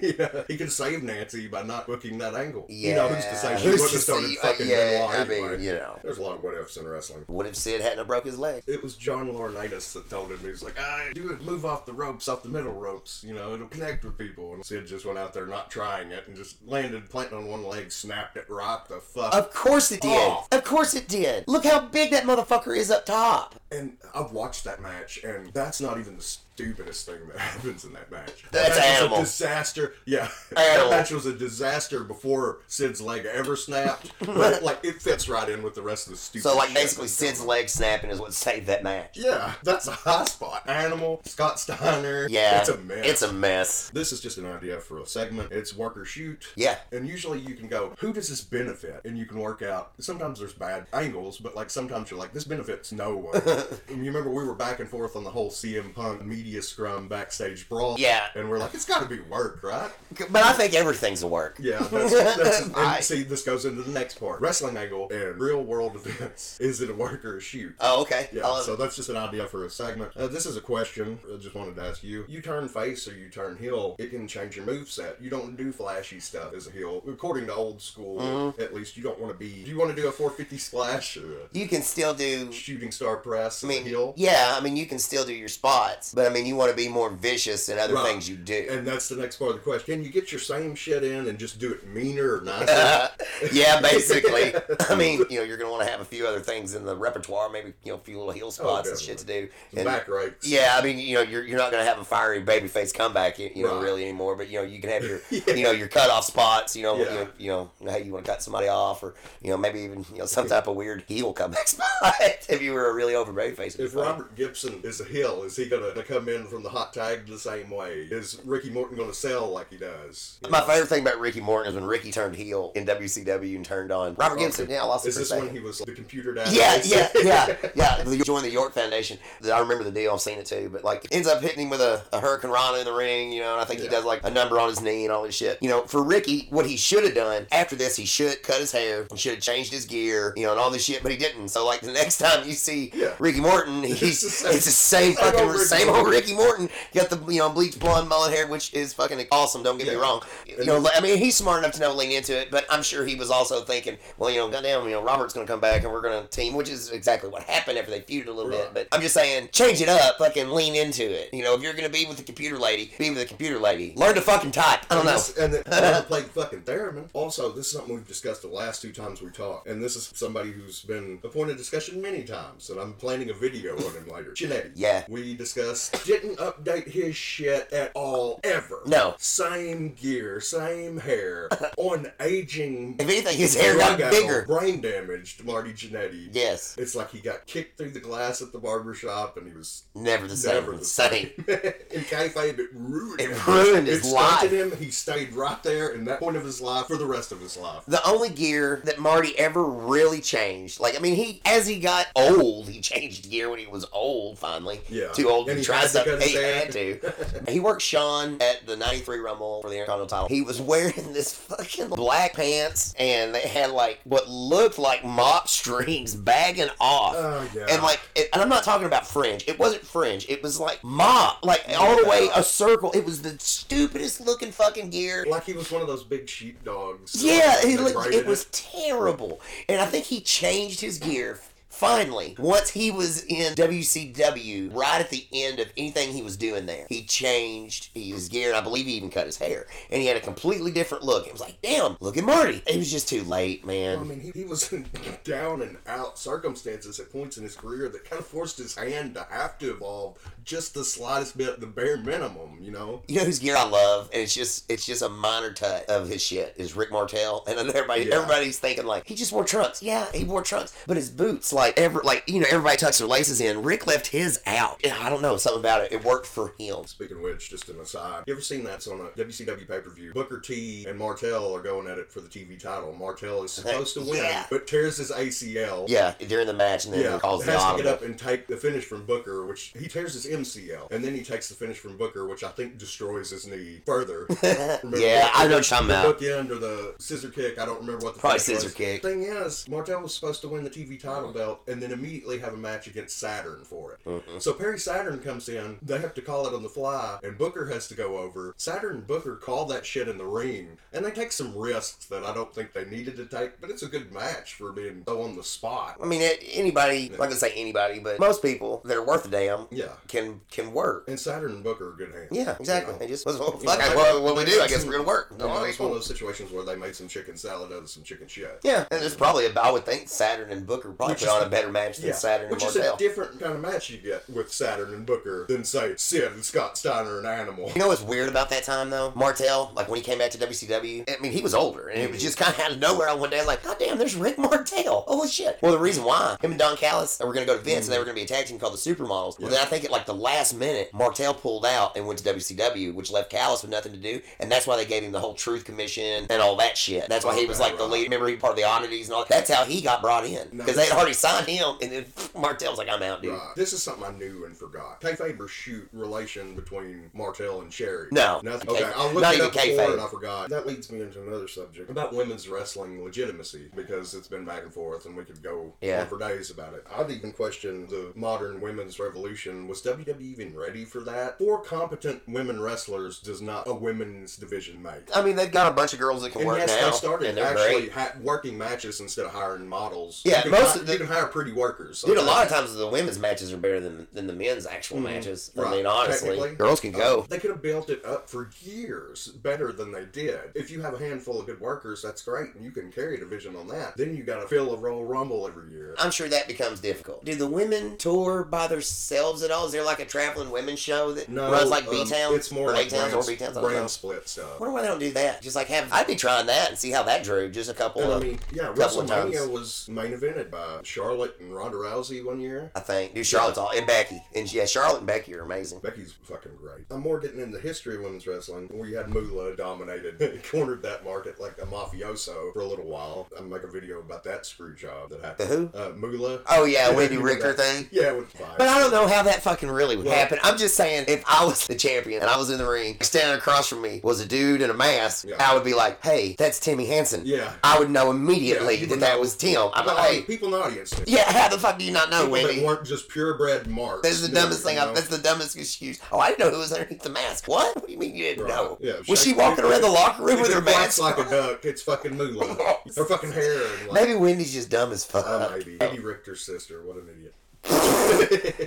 [SPEAKER 3] yeah. He could save Nancy by not booking that angle.
[SPEAKER 4] Yeah.
[SPEAKER 3] You know, who's to say she
[SPEAKER 4] Who's
[SPEAKER 3] wouldn't
[SPEAKER 4] to
[SPEAKER 3] have started
[SPEAKER 4] say- uh,
[SPEAKER 3] fucking
[SPEAKER 4] yeah,
[SPEAKER 3] Benoit
[SPEAKER 4] I mean,
[SPEAKER 3] anyway.
[SPEAKER 4] you know.
[SPEAKER 3] There's a lot of what ifs in wrestling.
[SPEAKER 4] What if Sid hadn't have broke his leg?
[SPEAKER 3] It was John Laurinaitis that told him, he was like, ah, do it, move off the ropes, off the middle ropes, you know, it'll connect with people. And Sid just went out there not trying it and just landed, planting on one leg, snapped it right the fuck
[SPEAKER 4] Of course it did.
[SPEAKER 3] Oh.
[SPEAKER 4] Of course it did. Look how big that motherfucker is up top.
[SPEAKER 3] And I've watched that match, and that's not even the stupidest thing that happens in that match.
[SPEAKER 4] That's
[SPEAKER 3] that match
[SPEAKER 4] animal.
[SPEAKER 3] Was a disaster. Yeah,
[SPEAKER 4] Animal.
[SPEAKER 3] that match was a disaster before Sid's leg ever snapped. but like, it fits right in with the rest of the stupid.
[SPEAKER 4] So like
[SPEAKER 3] shit
[SPEAKER 4] basically
[SPEAKER 3] that's
[SPEAKER 4] Sid's
[SPEAKER 3] going on.
[SPEAKER 4] leg snapping is what saved that match.
[SPEAKER 3] Yeah, that's a high spot. Animal, Scott Steiner.
[SPEAKER 4] Yeah.
[SPEAKER 3] it's a mess.
[SPEAKER 4] It's a mess.
[SPEAKER 3] This is just an idea for a segment. It's work or shoot.
[SPEAKER 4] Yeah.
[SPEAKER 3] And usually you can go, who does this benefit? And you can work out. Sometimes there's bad angles, but like sometimes you're like, this benefits no one. and you remember we were back and forth on the whole CM Punk media scrum backstage brawl.
[SPEAKER 4] Yeah.
[SPEAKER 3] And we're like, it's got to be work, right?
[SPEAKER 4] But I think everything's a work.
[SPEAKER 3] Yeah. That's, that's and
[SPEAKER 4] Right.
[SPEAKER 3] see, this goes into the next part. Wrestling angle and real world events. Is it a work or a shoot?
[SPEAKER 4] Oh, okay. I
[SPEAKER 3] Yeah,
[SPEAKER 4] love
[SPEAKER 3] so
[SPEAKER 4] it.
[SPEAKER 3] that's just an idea for a segment. Uh, this is a question I just wanted to ask you. You turn face or you turn heel, it can change your moveset. You don't do flashy stuff as a heel. According to old school,
[SPEAKER 4] Mm-hmm.
[SPEAKER 3] at least, you don't want to be. Do you want to do a 450 splash or a
[SPEAKER 4] you can still do
[SPEAKER 3] shooting star
[SPEAKER 4] I
[SPEAKER 3] press as a
[SPEAKER 4] mean,
[SPEAKER 3] heel?
[SPEAKER 4] yeah, I mean, you can still do your spots, but I mean, you want to be more vicious in other
[SPEAKER 3] Right.
[SPEAKER 4] things you do.
[SPEAKER 3] And that's the next part of the question. Can you get your same shit in and just do it meaner or nicer?
[SPEAKER 4] yeah, basically. I mean, you know, you're going to want to have a few other things in the repertoire, maybe, you know, a few little heel spots and shit to do.
[SPEAKER 3] Oh, Some
[SPEAKER 4] And,
[SPEAKER 3] back rakes.
[SPEAKER 4] Yeah, I mean, you know, you're, you're not going to have a fiery babyface comeback, you, you know,
[SPEAKER 3] Right.
[SPEAKER 4] really anymore. But you know, you can have your, you know, your cutoff spots. You know,
[SPEAKER 3] Yeah.
[SPEAKER 4] you, know you know, how you want to cut somebody off, or you know, maybe even you know some type of weird heel comeback spot if you were a really over babyface. it'd be
[SPEAKER 3] If
[SPEAKER 4] fun.
[SPEAKER 3] Robert Gibson is a heel, is he gonna come in from the hot tag the same way? Is Ricky Morton gonna sell like he does?
[SPEAKER 4] My favorite thing about Ricky Morton is when Ricky turned heel in WCW and turned on Robert Gibson. Yeah, I lost it
[SPEAKER 3] Is
[SPEAKER 4] for a
[SPEAKER 3] this
[SPEAKER 4] second.
[SPEAKER 3] when he was the computer dad?
[SPEAKER 4] Yeah, yeah, yeah, yeah. The- Joined the York Foundation. I remember the deal. I've seen it too. But like, ends up hitting him with a, a Hurricane Rana in the ring. You know, and I think he
[SPEAKER 3] Yeah.
[SPEAKER 4] does like a number on his knee and all this shit. You know, for Ricky, what he should have done after this, he should cut his hair and should have changed his gear. You know, and all this shit, but he didn't. So like, the next time you see
[SPEAKER 3] Yeah.
[SPEAKER 4] Ricky Morton, he's
[SPEAKER 3] the
[SPEAKER 4] it's
[SPEAKER 3] same-
[SPEAKER 4] the same
[SPEAKER 3] same
[SPEAKER 4] fucking
[SPEAKER 3] old Ricky
[SPEAKER 4] same old
[SPEAKER 3] Morton.
[SPEAKER 4] Ricky Morton. Got the you know bleach blonde mullet hair, which is fucking awesome. Don't get me
[SPEAKER 3] Yeah.
[SPEAKER 4] wrong. You know, I mean, he's smart enough to know lean into it, but I'm sure he was also thinking, well, you know, goddamn, you know, Robert's gonna come back and we're gonna team, which is exactly what happened after they feuded a little bit.
[SPEAKER 3] Right.
[SPEAKER 4] But I'm just saying, change it up, fucking lean into it. You know, if you're gonna be with the computer lady, be with the computer lady. Learn to fucking type. I don't
[SPEAKER 3] And,
[SPEAKER 4] know.
[SPEAKER 3] this, uh, and it never played fucking theremin. Also, this is something we've discussed the last two times we talked, and this is somebody who's been a point of discussion many times, and I'm planning a video on him later. Chinetti.
[SPEAKER 4] Yeah.
[SPEAKER 3] We discussed, didn't update his shit at all, ever.
[SPEAKER 4] No.
[SPEAKER 3] Same gear, same hair, on aging.
[SPEAKER 4] If anything, his hair got
[SPEAKER 3] drug addle,
[SPEAKER 4] bigger.
[SPEAKER 3] Brain damaged Marty Jannetty.
[SPEAKER 4] Yes,
[SPEAKER 3] It's like he got kicked through the glass at the barber shop, and he was
[SPEAKER 4] never the same.
[SPEAKER 3] Never the same. In kayfabe, it ruined
[SPEAKER 4] It
[SPEAKER 3] him.
[SPEAKER 4] ruined his
[SPEAKER 3] it
[SPEAKER 4] life.
[SPEAKER 3] stunted him. He stayed right there in that point of his life for the rest of his life.
[SPEAKER 4] the only gear that Marty ever really changed. Like, I mean, he as he got old, he changed gear when he was old. Finally,
[SPEAKER 3] Yeah.
[SPEAKER 4] too old
[SPEAKER 3] And
[SPEAKER 4] to
[SPEAKER 3] he
[SPEAKER 4] try
[SPEAKER 3] had to
[SPEAKER 4] something.
[SPEAKER 3] cut his
[SPEAKER 4] He had to. he worked Sean at the '93 Rumble for the Intercontinental title. He was wearing this fucking black pants and they had like what looked like mop strings bagging off.
[SPEAKER 3] Oh, yeah.
[SPEAKER 4] And like, it, and I'm not talking about fringe. It wasn't fringe. It was like mop, like all the way a circle. It was the stupidest looking fucking gear.
[SPEAKER 3] Like he was one of those big sheepdogs.
[SPEAKER 4] Yeah,
[SPEAKER 3] Like,
[SPEAKER 4] it,
[SPEAKER 3] they
[SPEAKER 4] looked,
[SPEAKER 3] braided
[SPEAKER 4] it was terrible. And I think he changed his gear finally once he was in WCW, right at the end of anything he was doing there. He changed his gear, and I believe he even cut his hair. And he had a completely different look. It was like, damn, look at Marty. It was just too late,
[SPEAKER 3] I
[SPEAKER 4] man.
[SPEAKER 3] mean, he, he was in down and out circumstances at points in his career that kind of forced his hand to have to evolve just the slightest bit, the bare minimum, you know?
[SPEAKER 4] You know whose gear I love, and it's just it's just a minor tut of his shit is Rick Martel, and I know everybody
[SPEAKER 3] Yeah.
[SPEAKER 4] everybody's thinking like he just wore trunks, yeah, he wore trunks, but his boots like ever like you know everybody tucks their laces in. Rick left his out. Yeah, I don't know something about it. It worked for him.
[SPEAKER 3] Speaking of which, just an aside, you ever seen that's on a WCW pay per view? Booker T and Martel are going at it for the TV title. Martel is supposed to win,
[SPEAKER 4] Yeah.
[SPEAKER 3] but tears his ACL.
[SPEAKER 4] Yeah, during the match, and then
[SPEAKER 3] Yeah,
[SPEAKER 4] calls the
[SPEAKER 3] has to get
[SPEAKER 4] audible.
[SPEAKER 3] up and take the finish from Booker, which he tears his MCL, and then he takes the finish from Booker, which I think destroys his knee further. Remember
[SPEAKER 4] Yeah,
[SPEAKER 3] the-
[SPEAKER 4] I know what you're talking
[SPEAKER 3] the
[SPEAKER 4] about.
[SPEAKER 3] Hook end or the scissor kick. I don't remember what the
[SPEAKER 4] Probably
[SPEAKER 3] finish
[SPEAKER 4] scissor
[SPEAKER 3] was.
[SPEAKER 4] kick.
[SPEAKER 3] Thing is, Martel was supposed to win the TV title belt and then immediately have a match against Saturn for it.
[SPEAKER 4] Mm-hmm.
[SPEAKER 3] So Perry Saturn comes in. They have to call it on the fly, and Booker has to go over. Saturn and Booker call that shit in the ring, and they take some risks that I don't think they needed to take, but it's a good match for being so on the spot.
[SPEAKER 4] I mean, it, anybody, like I say, anybody, but most people that are worth a damn
[SPEAKER 3] Yeah.
[SPEAKER 4] can can work.
[SPEAKER 3] And Saturn and Booker are good hands.
[SPEAKER 4] Yeah, exactly.
[SPEAKER 3] You know?
[SPEAKER 4] They just well, fuck,
[SPEAKER 3] Yeah.
[SPEAKER 4] I- well, what we do, I guess we're gonna work.
[SPEAKER 3] You know, it's one of
[SPEAKER 4] Yeah,
[SPEAKER 3] those situations where they made some chicken salad out of some chicken shit.
[SPEAKER 4] and there's probably about I would think Saturn and Booker probably
[SPEAKER 3] Which
[SPEAKER 4] put
[SPEAKER 3] is
[SPEAKER 4] on
[SPEAKER 3] the-
[SPEAKER 4] a better match than
[SPEAKER 3] Yeah,
[SPEAKER 4] Saturn and
[SPEAKER 3] which is
[SPEAKER 4] Martel.
[SPEAKER 3] a different kind of match you get with Saturn and Booker than say Sid and Scott Steiner and Animal.
[SPEAKER 4] You know what's weird about that time though? Martel, like when he came back to WCW, I mean he was older and it was just kinda out of nowhere one day, like, God damn, there's Rick Martel. Holy shit. Well the reason why him and Don Callis were gonna go to Vince and they were gonna be a tag team called the Supermodels. Well then I think at like the last minute, Martel pulled out and went to WCW, which left Callis with nothing to do, and that's why they gave him the whole truth commission and all that shit. That's why he was
[SPEAKER 3] Okay,
[SPEAKER 4] like the
[SPEAKER 3] right.
[SPEAKER 4] lead remember he part of the oddities and all that's how he got brought in. Because they had already signed him and then Martel was like, I'm out, dude.
[SPEAKER 3] Right. This is something I knew and forgot. Kayfabe or shoot relation between Martel and Sherry?
[SPEAKER 4] No.
[SPEAKER 3] Nothing.
[SPEAKER 4] Okay.
[SPEAKER 3] Okay, I looked
[SPEAKER 4] Not
[SPEAKER 3] it
[SPEAKER 4] even
[SPEAKER 3] up before
[SPEAKER 4] kayfabe.
[SPEAKER 3] and I forgot. That leads me into another subject about women's wrestling legitimacy because it's been back and forth and we could go
[SPEAKER 4] Yeah.
[SPEAKER 3] on for days about it. I'd even question the modern women's revolution. Was WWE even ready for that? Four competent women wrestlers does not a women's division make.
[SPEAKER 4] I mean, they've got a bunch of girls that can
[SPEAKER 3] And
[SPEAKER 4] work
[SPEAKER 3] yes,
[SPEAKER 4] now,
[SPEAKER 3] they started
[SPEAKER 4] and they're
[SPEAKER 3] actually
[SPEAKER 4] great.
[SPEAKER 3] ha- working matches instead of hiring models.
[SPEAKER 4] Yeah,
[SPEAKER 3] you can
[SPEAKER 4] most
[SPEAKER 3] hi-
[SPEAKER 4] of the-
[SPEAKER 3] you can hire pretty workers.
[SPEAKER 4] Dude, a
[SPEAKER 3] Okay. Hmm.
[SPEAKER 4] lot of times the women's matches are better than, than the men's actual matches. I
[SPEAKER 3] Right,
[SPEAKER 4] mean, honestly,
[SPEAKER 3] technically.
[SPEAKER 4] girls can
[SPEAKER 3] Uh,
[SPEAKER 4] go.
[SPEAKER 3] They could have built it up for years better than they did. If you have a handful of good workers, that's great, and you can carry a division on that. Then you got to fill a Royal Rumble every year.
[SPEAKER 4] I'm sure that becomes difficult. Do the women tour by themselves at all? Is there like a traveling women's show that
[SPEAKER 3] No,
[SPEAKER 4] runs like
[SPEAKER 3] um,
[SPEAKER 4] B Town?
[SPEAKER 3] It's more
[SPEAKER 4] or
[SPEAKER 3] like
[SPEAKER 4] A Towns
[SPEAKER 3] brand,
[SPEAKER 4] or B Towns. I don't
[SPEAKER 3] brand
[SPEAKER 4] know.
[SPEAKER 3] split stuff.
[SPEAKER 4] I wonder why they don't do that. Just like have. I'd be trying that and see how that drew. Just a couple
[SPEAKER 3] And I
[SPEAKER 4] of.
[SPEAKER 3] mean, yeah,
[SPEAKER 4] couple of times.
[SPEAKER 3] WrestleMania was main evented by Charlotte and Ronda Rousey one year.
[SPEAKER 4] I think. Dude, Charlotte's all and Becky and yeah, Charlotte and Becky are amazing.
[SPEAKER 3] Becky's fucking great. I'm more getting into the history of women's wrestling, where you had Moolah dominated, cornered that market like a mafioso for a little while. I'm make a video about that screw job that happened.
[SPEAKER 4] The
[SPEAKER 3] who? Uh, Moolah.
[SPEAKER 4] Oh, yeah, Wendy
[SPEAKER 3] you
[SPEAKER 4] Richter
[SPEAKER 3] remember that?
[SPEAKER 4] thing?
[SPEAKER 3] Yeah, with fire.
[SPEAKER 4] But I don't know how that fucking really would
[SPEAKER 3] Well-
[SPEAKER 4] happen. I'm just saying, if I was the champion and I was in the ring, standing across from me was a dude in a mask,
[SPEAKER 3] Yeah.
[SPEAKER 4] I would be like, "Hey, that's Timmy Hansen."
[SPEAKER 3] Yeah.
[SPEAKER 4] I would know immediately
[SPEAKER 3] Yeah, you
[SPEAKER 4] that
[SPEAKER 3] would
[SPEAKER 4] that
[SPEAKER 3] know.
[SPEAKER 4] was Tim. I'm
[SPEAKER 3] But,
[SPEAKER 4] like,
[SPEAKER 3] like,
[SPEAKER 4] "Hey,
[SPEAKER 3] people in the audience. did.
[SPEAKER 4] yeah, how the fuck do you not know,
[SPEAKER 3] People that
[SPEAKER 4] Wendy?"
[SPEAKER 3] weren't just purebred marks.
[SPEAKER 4] That's the
[SPEAKER 3] knew,
[SPEAKER 4] dumbest
[SPEAKER 3] you
[SPEAKER 4] thing.
[SPEAKER 3] know?
[SPEAKER 4] I've, that's the dumbest excuse. Oh, I didn't know who was underneath the mask. What? What do you mean you didn't
[SPEAKER 3] Right.
[SPEAKER 4] know?
[SPEAKER 3] Yeah,
[SPEAKER 4] was she
[SPEAKER 3] Shaq-
[SPEAKER 4] walking around the locker room
[SPEAKER 3] If
[SPEAKER 4] with
[SPEAKER 3] it
[SPEAKER 4] her
[SPEAKER 3] quacks
[SPEAKER 4] mask?
[SPEAKER 3] like a duck. It's fucking Moolah. her fucking hair. And like,
[SPEAKER 4] Maybe Wendy's just dumb as fuck.
[SPEAKER 3] uh, maybe. Eddie Richter's sister. What an idiot.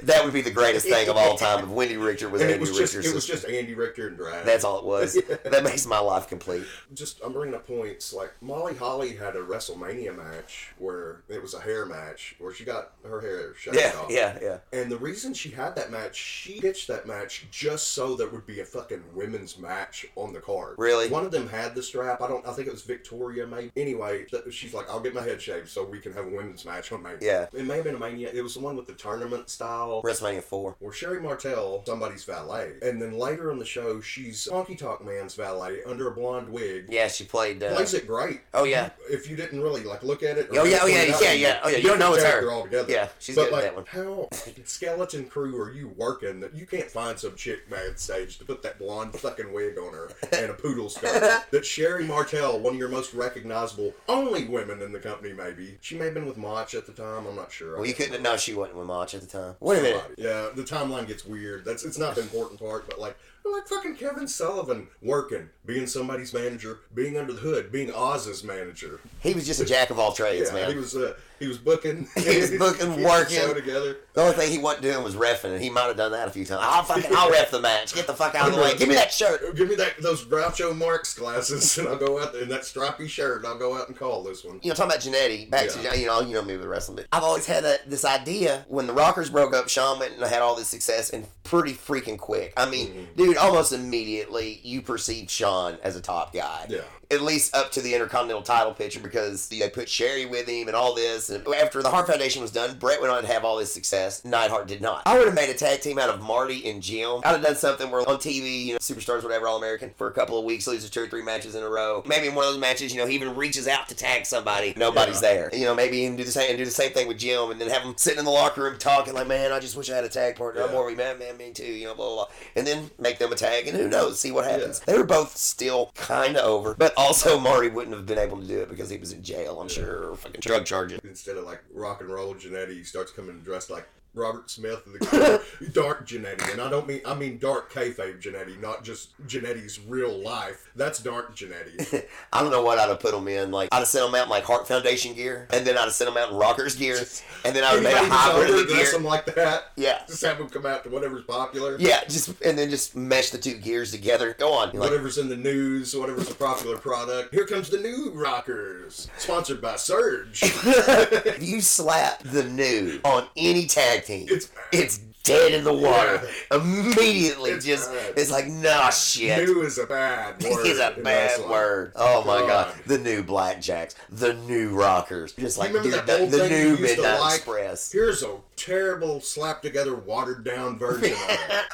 [SPEAKER 4] That would be the greatest thing of all time if Wendy Richter was
[SPEAKER 3] And it
[SPEAKER 4] Andy
[SPEAKER 3] was
[SPEAKER 4] Richter's
[SPEAKER 3] just it was
[SPEAKER 4] sister.
[SPEAKER 3] just Andy Richter and Brad.
[SPEAKER 4] That's all it was. That makes my life complete.
[SPEAKER 3] just I'm bringing up points like Molly Holly had a WrestleMania match where it was a hair match where she got her hair shaved
[SPEAKER 4] Yeah,
[SPEAKER 3] off.
[SPEAKER 4] yeah, yeah.
[SPEAKER 3] And the reason she had that match, she pitched that match just so there would be a fucking women's match on the card.
[SPEAKER 4] Really?
[SPEAKER 3] One of them had the strap. I don't. I think it was Victoria. Maybe. Anyway, th- she's like, "I'll get my head shaved so we can have a women's match on Mania."
[SPEAKER 4] Yeah.
[SPEAKER 3] It may have been a Mania. It was the one with the tournament style.
[SPEAKER 4] WrestleMania 4.
[SPEAKER 3] Where Sherry Martel, somebody's valet, and then later in the show, she's Honky Tonk Man's valet under a blonde wig.
[SPEAKER 4] Yeah, she played. Uh,
[SPEAKER 3] Plays it great.
[SPEAKER 4] Oh, yeah.
[SPEAKER 3] If you didn't really like look at it.
[SPEAKER 4] Oh, yeah, oh,
[SPEAKER 3] point
[SPEAKER 4] yeah,
[SPEAKER 3] it out,
[SPEAKER 4] yeah, yeah. Oh, yeah, you don't know it's her.
[SPEAKER 3] character Altogether.
[SPEAKER 4] Yeah, she's
[SPEAKER 3] but
[SPEAKER 4] good at
[SPEAKER 3] like,
[SPEAKER 4] that one.
[SPEAKER 3] How skeleton crew are you working that you can't find some chick mad stage to put that blonde fucking wig on her and a poodle skirt? that Sherry Martel, one of your most recognizable only women in the company, maybe. She may have been with Mach at the time. I'm not sure.
[SPEAKER 4] Well, you couldn't. No, she wasn't with Mach at the time. Wait a minute.
[SPEAKER 3] Yeah, the timeline gets weird. That's it's not the important part, but like I like fucking Kevin Sullivan working, being somebody's manager, being under the hood, being Oz's manager.
[SPEAKER 4] He was just a jack of all trades,
[SPEAKER 3] Yeah,
[SPEAKER 4] man.
[SPEAKER 3] he was uh, he was booking,
[SPEAKER 4] He was booking,
[SPEAKER 3] he
[SPEAKER 4] working.
[SPEAKER 3] so together.
[SPEAKER 4] the only thing he wasn't doing was refing, and he might have done that a few times. I'll fucking, I'll ref the match. Get the fuck out of the way. Give me that shirt.
[SPEAKER 3] Give me that those Groucho Marx glasses, and I'll go out there in that stripy shirt. and I'll go out and call this one.
[SPEAKER 4] You know, talking about Janetti, back
[SPEAKER 3] Yeah.
[SPEAKER 4] to you know, you know me with wrestling. But I've always had that this idea when the Rockers broke up, Shawn went and had all this success, and pretty freaking quick. I mean,
[SPEAKER 3] Mm-hmm.
[SPEAKER 4] dude, almost immediately you perceived Shawn as a top guy.
[SPEAKER 3] Yeah.
[SPEAKER 4] at least up to the Intercontinental title picture because they put Sherry with him and all this. And after the Hart Foundation was done, Brett went on to have all this success. Neidhart did not. I would have made a tag team out of Marty and Jim. I'd have done something where on TV, you know, superstars, whatever, All American, for a couple of weeks, loses two or three matches in a row. Maybe in one of those matches, you know, he even reaches out to tag somebody. Nobody's there. You know, maybe even do the same and do the same thing with Jim and then have him sitting in the locker room talking like, man, I just wish I had a tag partner. I'm
[SPEAKER 3] Yeah.
[SPEAKER 4] already mad, man, me too. You know, blah blah blah. And then make them a tag, and who knows, see what happens. They were both still kind of over, but also Marty wouldn't have been able to do it because he was in jail, I'm sure, or fucking drug charges.
[SPEAKER 3] Instead of like rock and roll Janetti, he starts coming dressed like Robert Smith of the dark Janetti, and I don't mean I mean dark kayfabe Janetti, not just Janetti's real life. That's dark Janetti.
[SPEAKER 4] I don't know what I'd have put him in. Like I'd have sent him out in like Heart Foundation gear, and then I'd have sent him out in Rockers gear, and then I would have made a hybrid of the
[SPEAKER 3] dress
[SPEAKER 4] gear.
[SPEAKER 3] them like that.
[SPEAKER 4] Yeah.
[SPEAKER 3] just have them come out to whatever's popular.
[SPEAKER 4] Yeah, just and then just mesh the two gears together. Go on. Like,
[SPEAKER 3] whatever's in the news, whatever's a popular product. Here comes the new rockers, sponsored by Surge.
[SPEAKER 4] if you slap the nude on any tag team,
[SPEAKER 3] It's
[SPEAKER 4] it's,
[SPEAKER 3] bad.
[SPEAKER 4] dead in the water. Immediately,
[SPEAKER 3] It's
[SPEAKER 4] just
[SPEAKER 3] bad.
[SPEAKER 4] it's like nah, shit.
[SPEAKER 3] new is a bad word.
[SPEAKER 4] It's a
[SPEAKER 3] in
[SPEAKER 4] bad
[SPEAKER 3] wrestling.
[SPEAKER 4] word. Oh my god.
[SPEAKER 3] God.
[SPEAKER 4] The new blackjacks, the new rockers, just like
[SPEAKER 3] You remember
[SPEAKER 4] dude,
[SPEAKER 3] that
[SPEAKER 4] the,
[SPEAKER 3] old
[SPEAKER 4] the
[SPEAKER 3] thing you
[SPEAKER 4] new
[SPEAKER 3] used to
[SPEAKER 4] Midnight
[SPEAKER 3] like?
[SPEAKER 4] Express.
[SPEAKER 3] Here's a terrible, slap together, watered down version of it.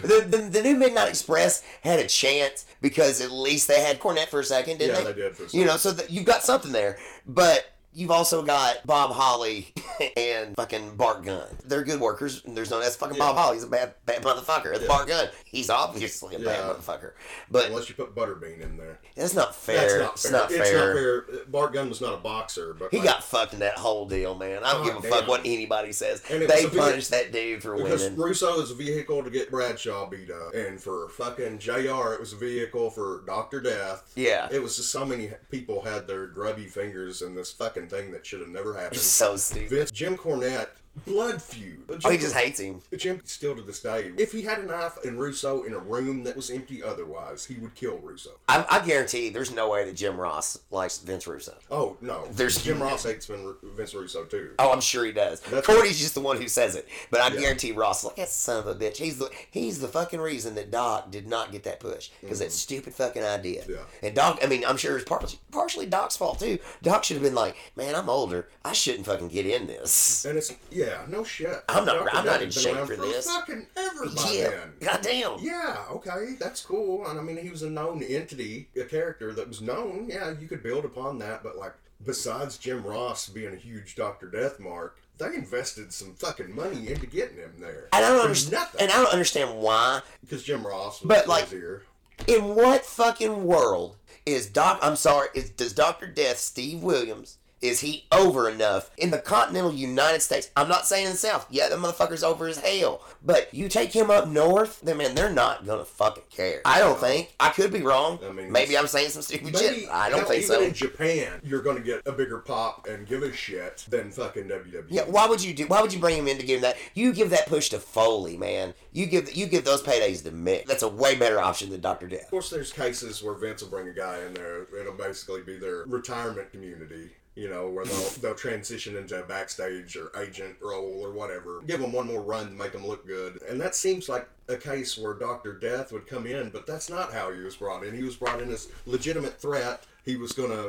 [SPEAKER 4] The, the, the new Midnight Express had a chance because at least they had Cornette for a second, didn't
[SPEAKER 3] Yeah,
[SPEAKER 4] they?
[SPEAKER 3] they did for a
[SPEAKER 4] You know, so that you've got something there, but you've also got Bob Holly and fucking Bart Gunn. They're good workers. and There's no that's fucking Bob Holly. He's a bad bad motherfucker. It's Bart Gunn. He's obviously a
[SPEAKER 3] Yeah.
[SPEAKER 4] bad motherfucker, but
[SPEAKER 3] Unless you put Butterbean in there.
[SPEAKER 4] that's not
[SPEAKER 3] That's
[SPEAKER 4] fair.
[SPEAKER 3] not
[SPEAKER 4] It's
[SPEAKER 3] fair.
[SPEAKER 4] not
[SPEAKER 3] It's
[SPEAKER 4] fair.
[SPEAKER 3] Bart Gunn was not a boxer, but
[SPEAKER 4] He
[SPEAKER 3] like,
[SPEAKER 4] got fucked in that whole deal, man. I don't
[SPEAKER 3] God
[SPEAKER 4] give a fuck
[SPEAKER 3] damn.
[SPEAKER 4] what anybody says.
[SPEAKER 3] And it was
[SPEAKER 4] They
[SPEAKER 3] a big-
[SPEAKER 4] punished that dude for
[SPEAKER 3] Because
[SPEAKER 4] winning.
[SPEAKER 3] Russo is a vehicle to get Bradshaw beat up, and for fucking JR, it was a vehicle for Doctor Death.
[SPEAKER 4] Yeah.
[SPEAKER 3] it was just so many people had their grubby fingers in this fucking thing that should have never happened.
[SPEAKER 4] So stupid.
[SPEAKER 3] Vince, Jim Cornette, blood feud.
[SPEAKER 4] Oh, he just hates him.
[SPEAKER 3] Jim still to this day. If he had a knife and Russo in a room that was empty, otherwise he would kill Russo.
[SPEAKER 4] I, I guarantee there's no way that Jim Ross likes Vince Russo.
[SPEAKER 3] Oh no,
[SPEAKER 4] There's-
[SPEAKER 3] Jim Ross hates Vin- Vince Russo too.
[SPEAKER 4] Oh, I'm sure he does.
[SPEAKER 3] That's-
[SPEAKER 4] Cody's just the one who says it, but I
[SPEAKER 3] Yeah.
[SPEAKER 4] guarantee Ross is like that son of a bitch. He's the he's the fucking reason that Doc did not get that push because that stupid fucking idea.
[SPEAKER 3] Mm-hmm. Yeah.
[SPEAKER 4] And Doc, I mean, I'm sure it's partially partially Doc's fault too. Doc should have been like, man, I'm older. I shouldn't fucking get in this.
[SPEAKER 3] And it's yeah, no shit.
[SPEAKER 4] I'm not-
[SPEAKER 3] Dr.
[SPEAKER 4] I'm not
[SPEAKER 3] Death
[SPEAKER 4] in
[SPEAKER 3] has been
[SPEAKER 4] shape
[SPEAKER 3] around
[SPEAKER 4] for this.
[SPEAKER 3] Fucking ever by
[SPEAKER 4] Yeah,
[SPEAKER 3] then.
[SPEAKER 4] goddamn.
[SPEAKER 3] Yeah, okay, that's cool. And I mean, he was a known entity, a character that was known. Yeah, you could build upon that, but like, besides Jim Ross being a huge Dr. Death mark, they invested some fucking money into getting him there.
[SPEAKER 4] And I don't
[SPEAKER 3] For
[SPEAKER 4] understand.
[SPEAKER 3] nothing.
[SPEAKER 4] And I don't understand why.
[SPEAKER 3] Because Jim Ross was
[SPEAKER 4] But, like-
[SPEAKER 3] busier.
[SPEAKER 4] In what fucking world is Doc? I'm sorry. Is does Doctor Death Steve Williams? Is he over enough in the continental United States? I'm not saying the South. Yeah, the motherfucker's over as hell. But you take him up north, then man, they're not gonna fucking care. I don't think. I could be wrong.
[SPEAKER 3] I mean,
[SPEAKER 4] maybe I'm saying some stupid
[SPEAKER 3] Maybe,
[SPEAKER 4] shit. I don't
[SPEAKER 3] hell,
[SPEAKER 4] think
[SPEAKER 3] even
[SPEAKER 4] so.
[SPEAKER 3] in Japan, you're going to get a bigger pop and give a shit than fucking E. WWE.
[SPEAKER 4] Yeah, why would you do? Why would you bring him in to give him that? You give that push to Foley, man. You give you give those paydays to Mick. That's a way better option than Doctor Death.
[SPEAKER 3] Of course, there's cases where Vince will bring a guy in there. It'll basically be their retirement community, you know, where they'll they'll transition into a backstage or agent role or whatever. Give them one more run to make them look good, and that seems like a case where Doctor Death would come in, but that's not how he was brought in. He was brought in as legitimate threat. He was gonna.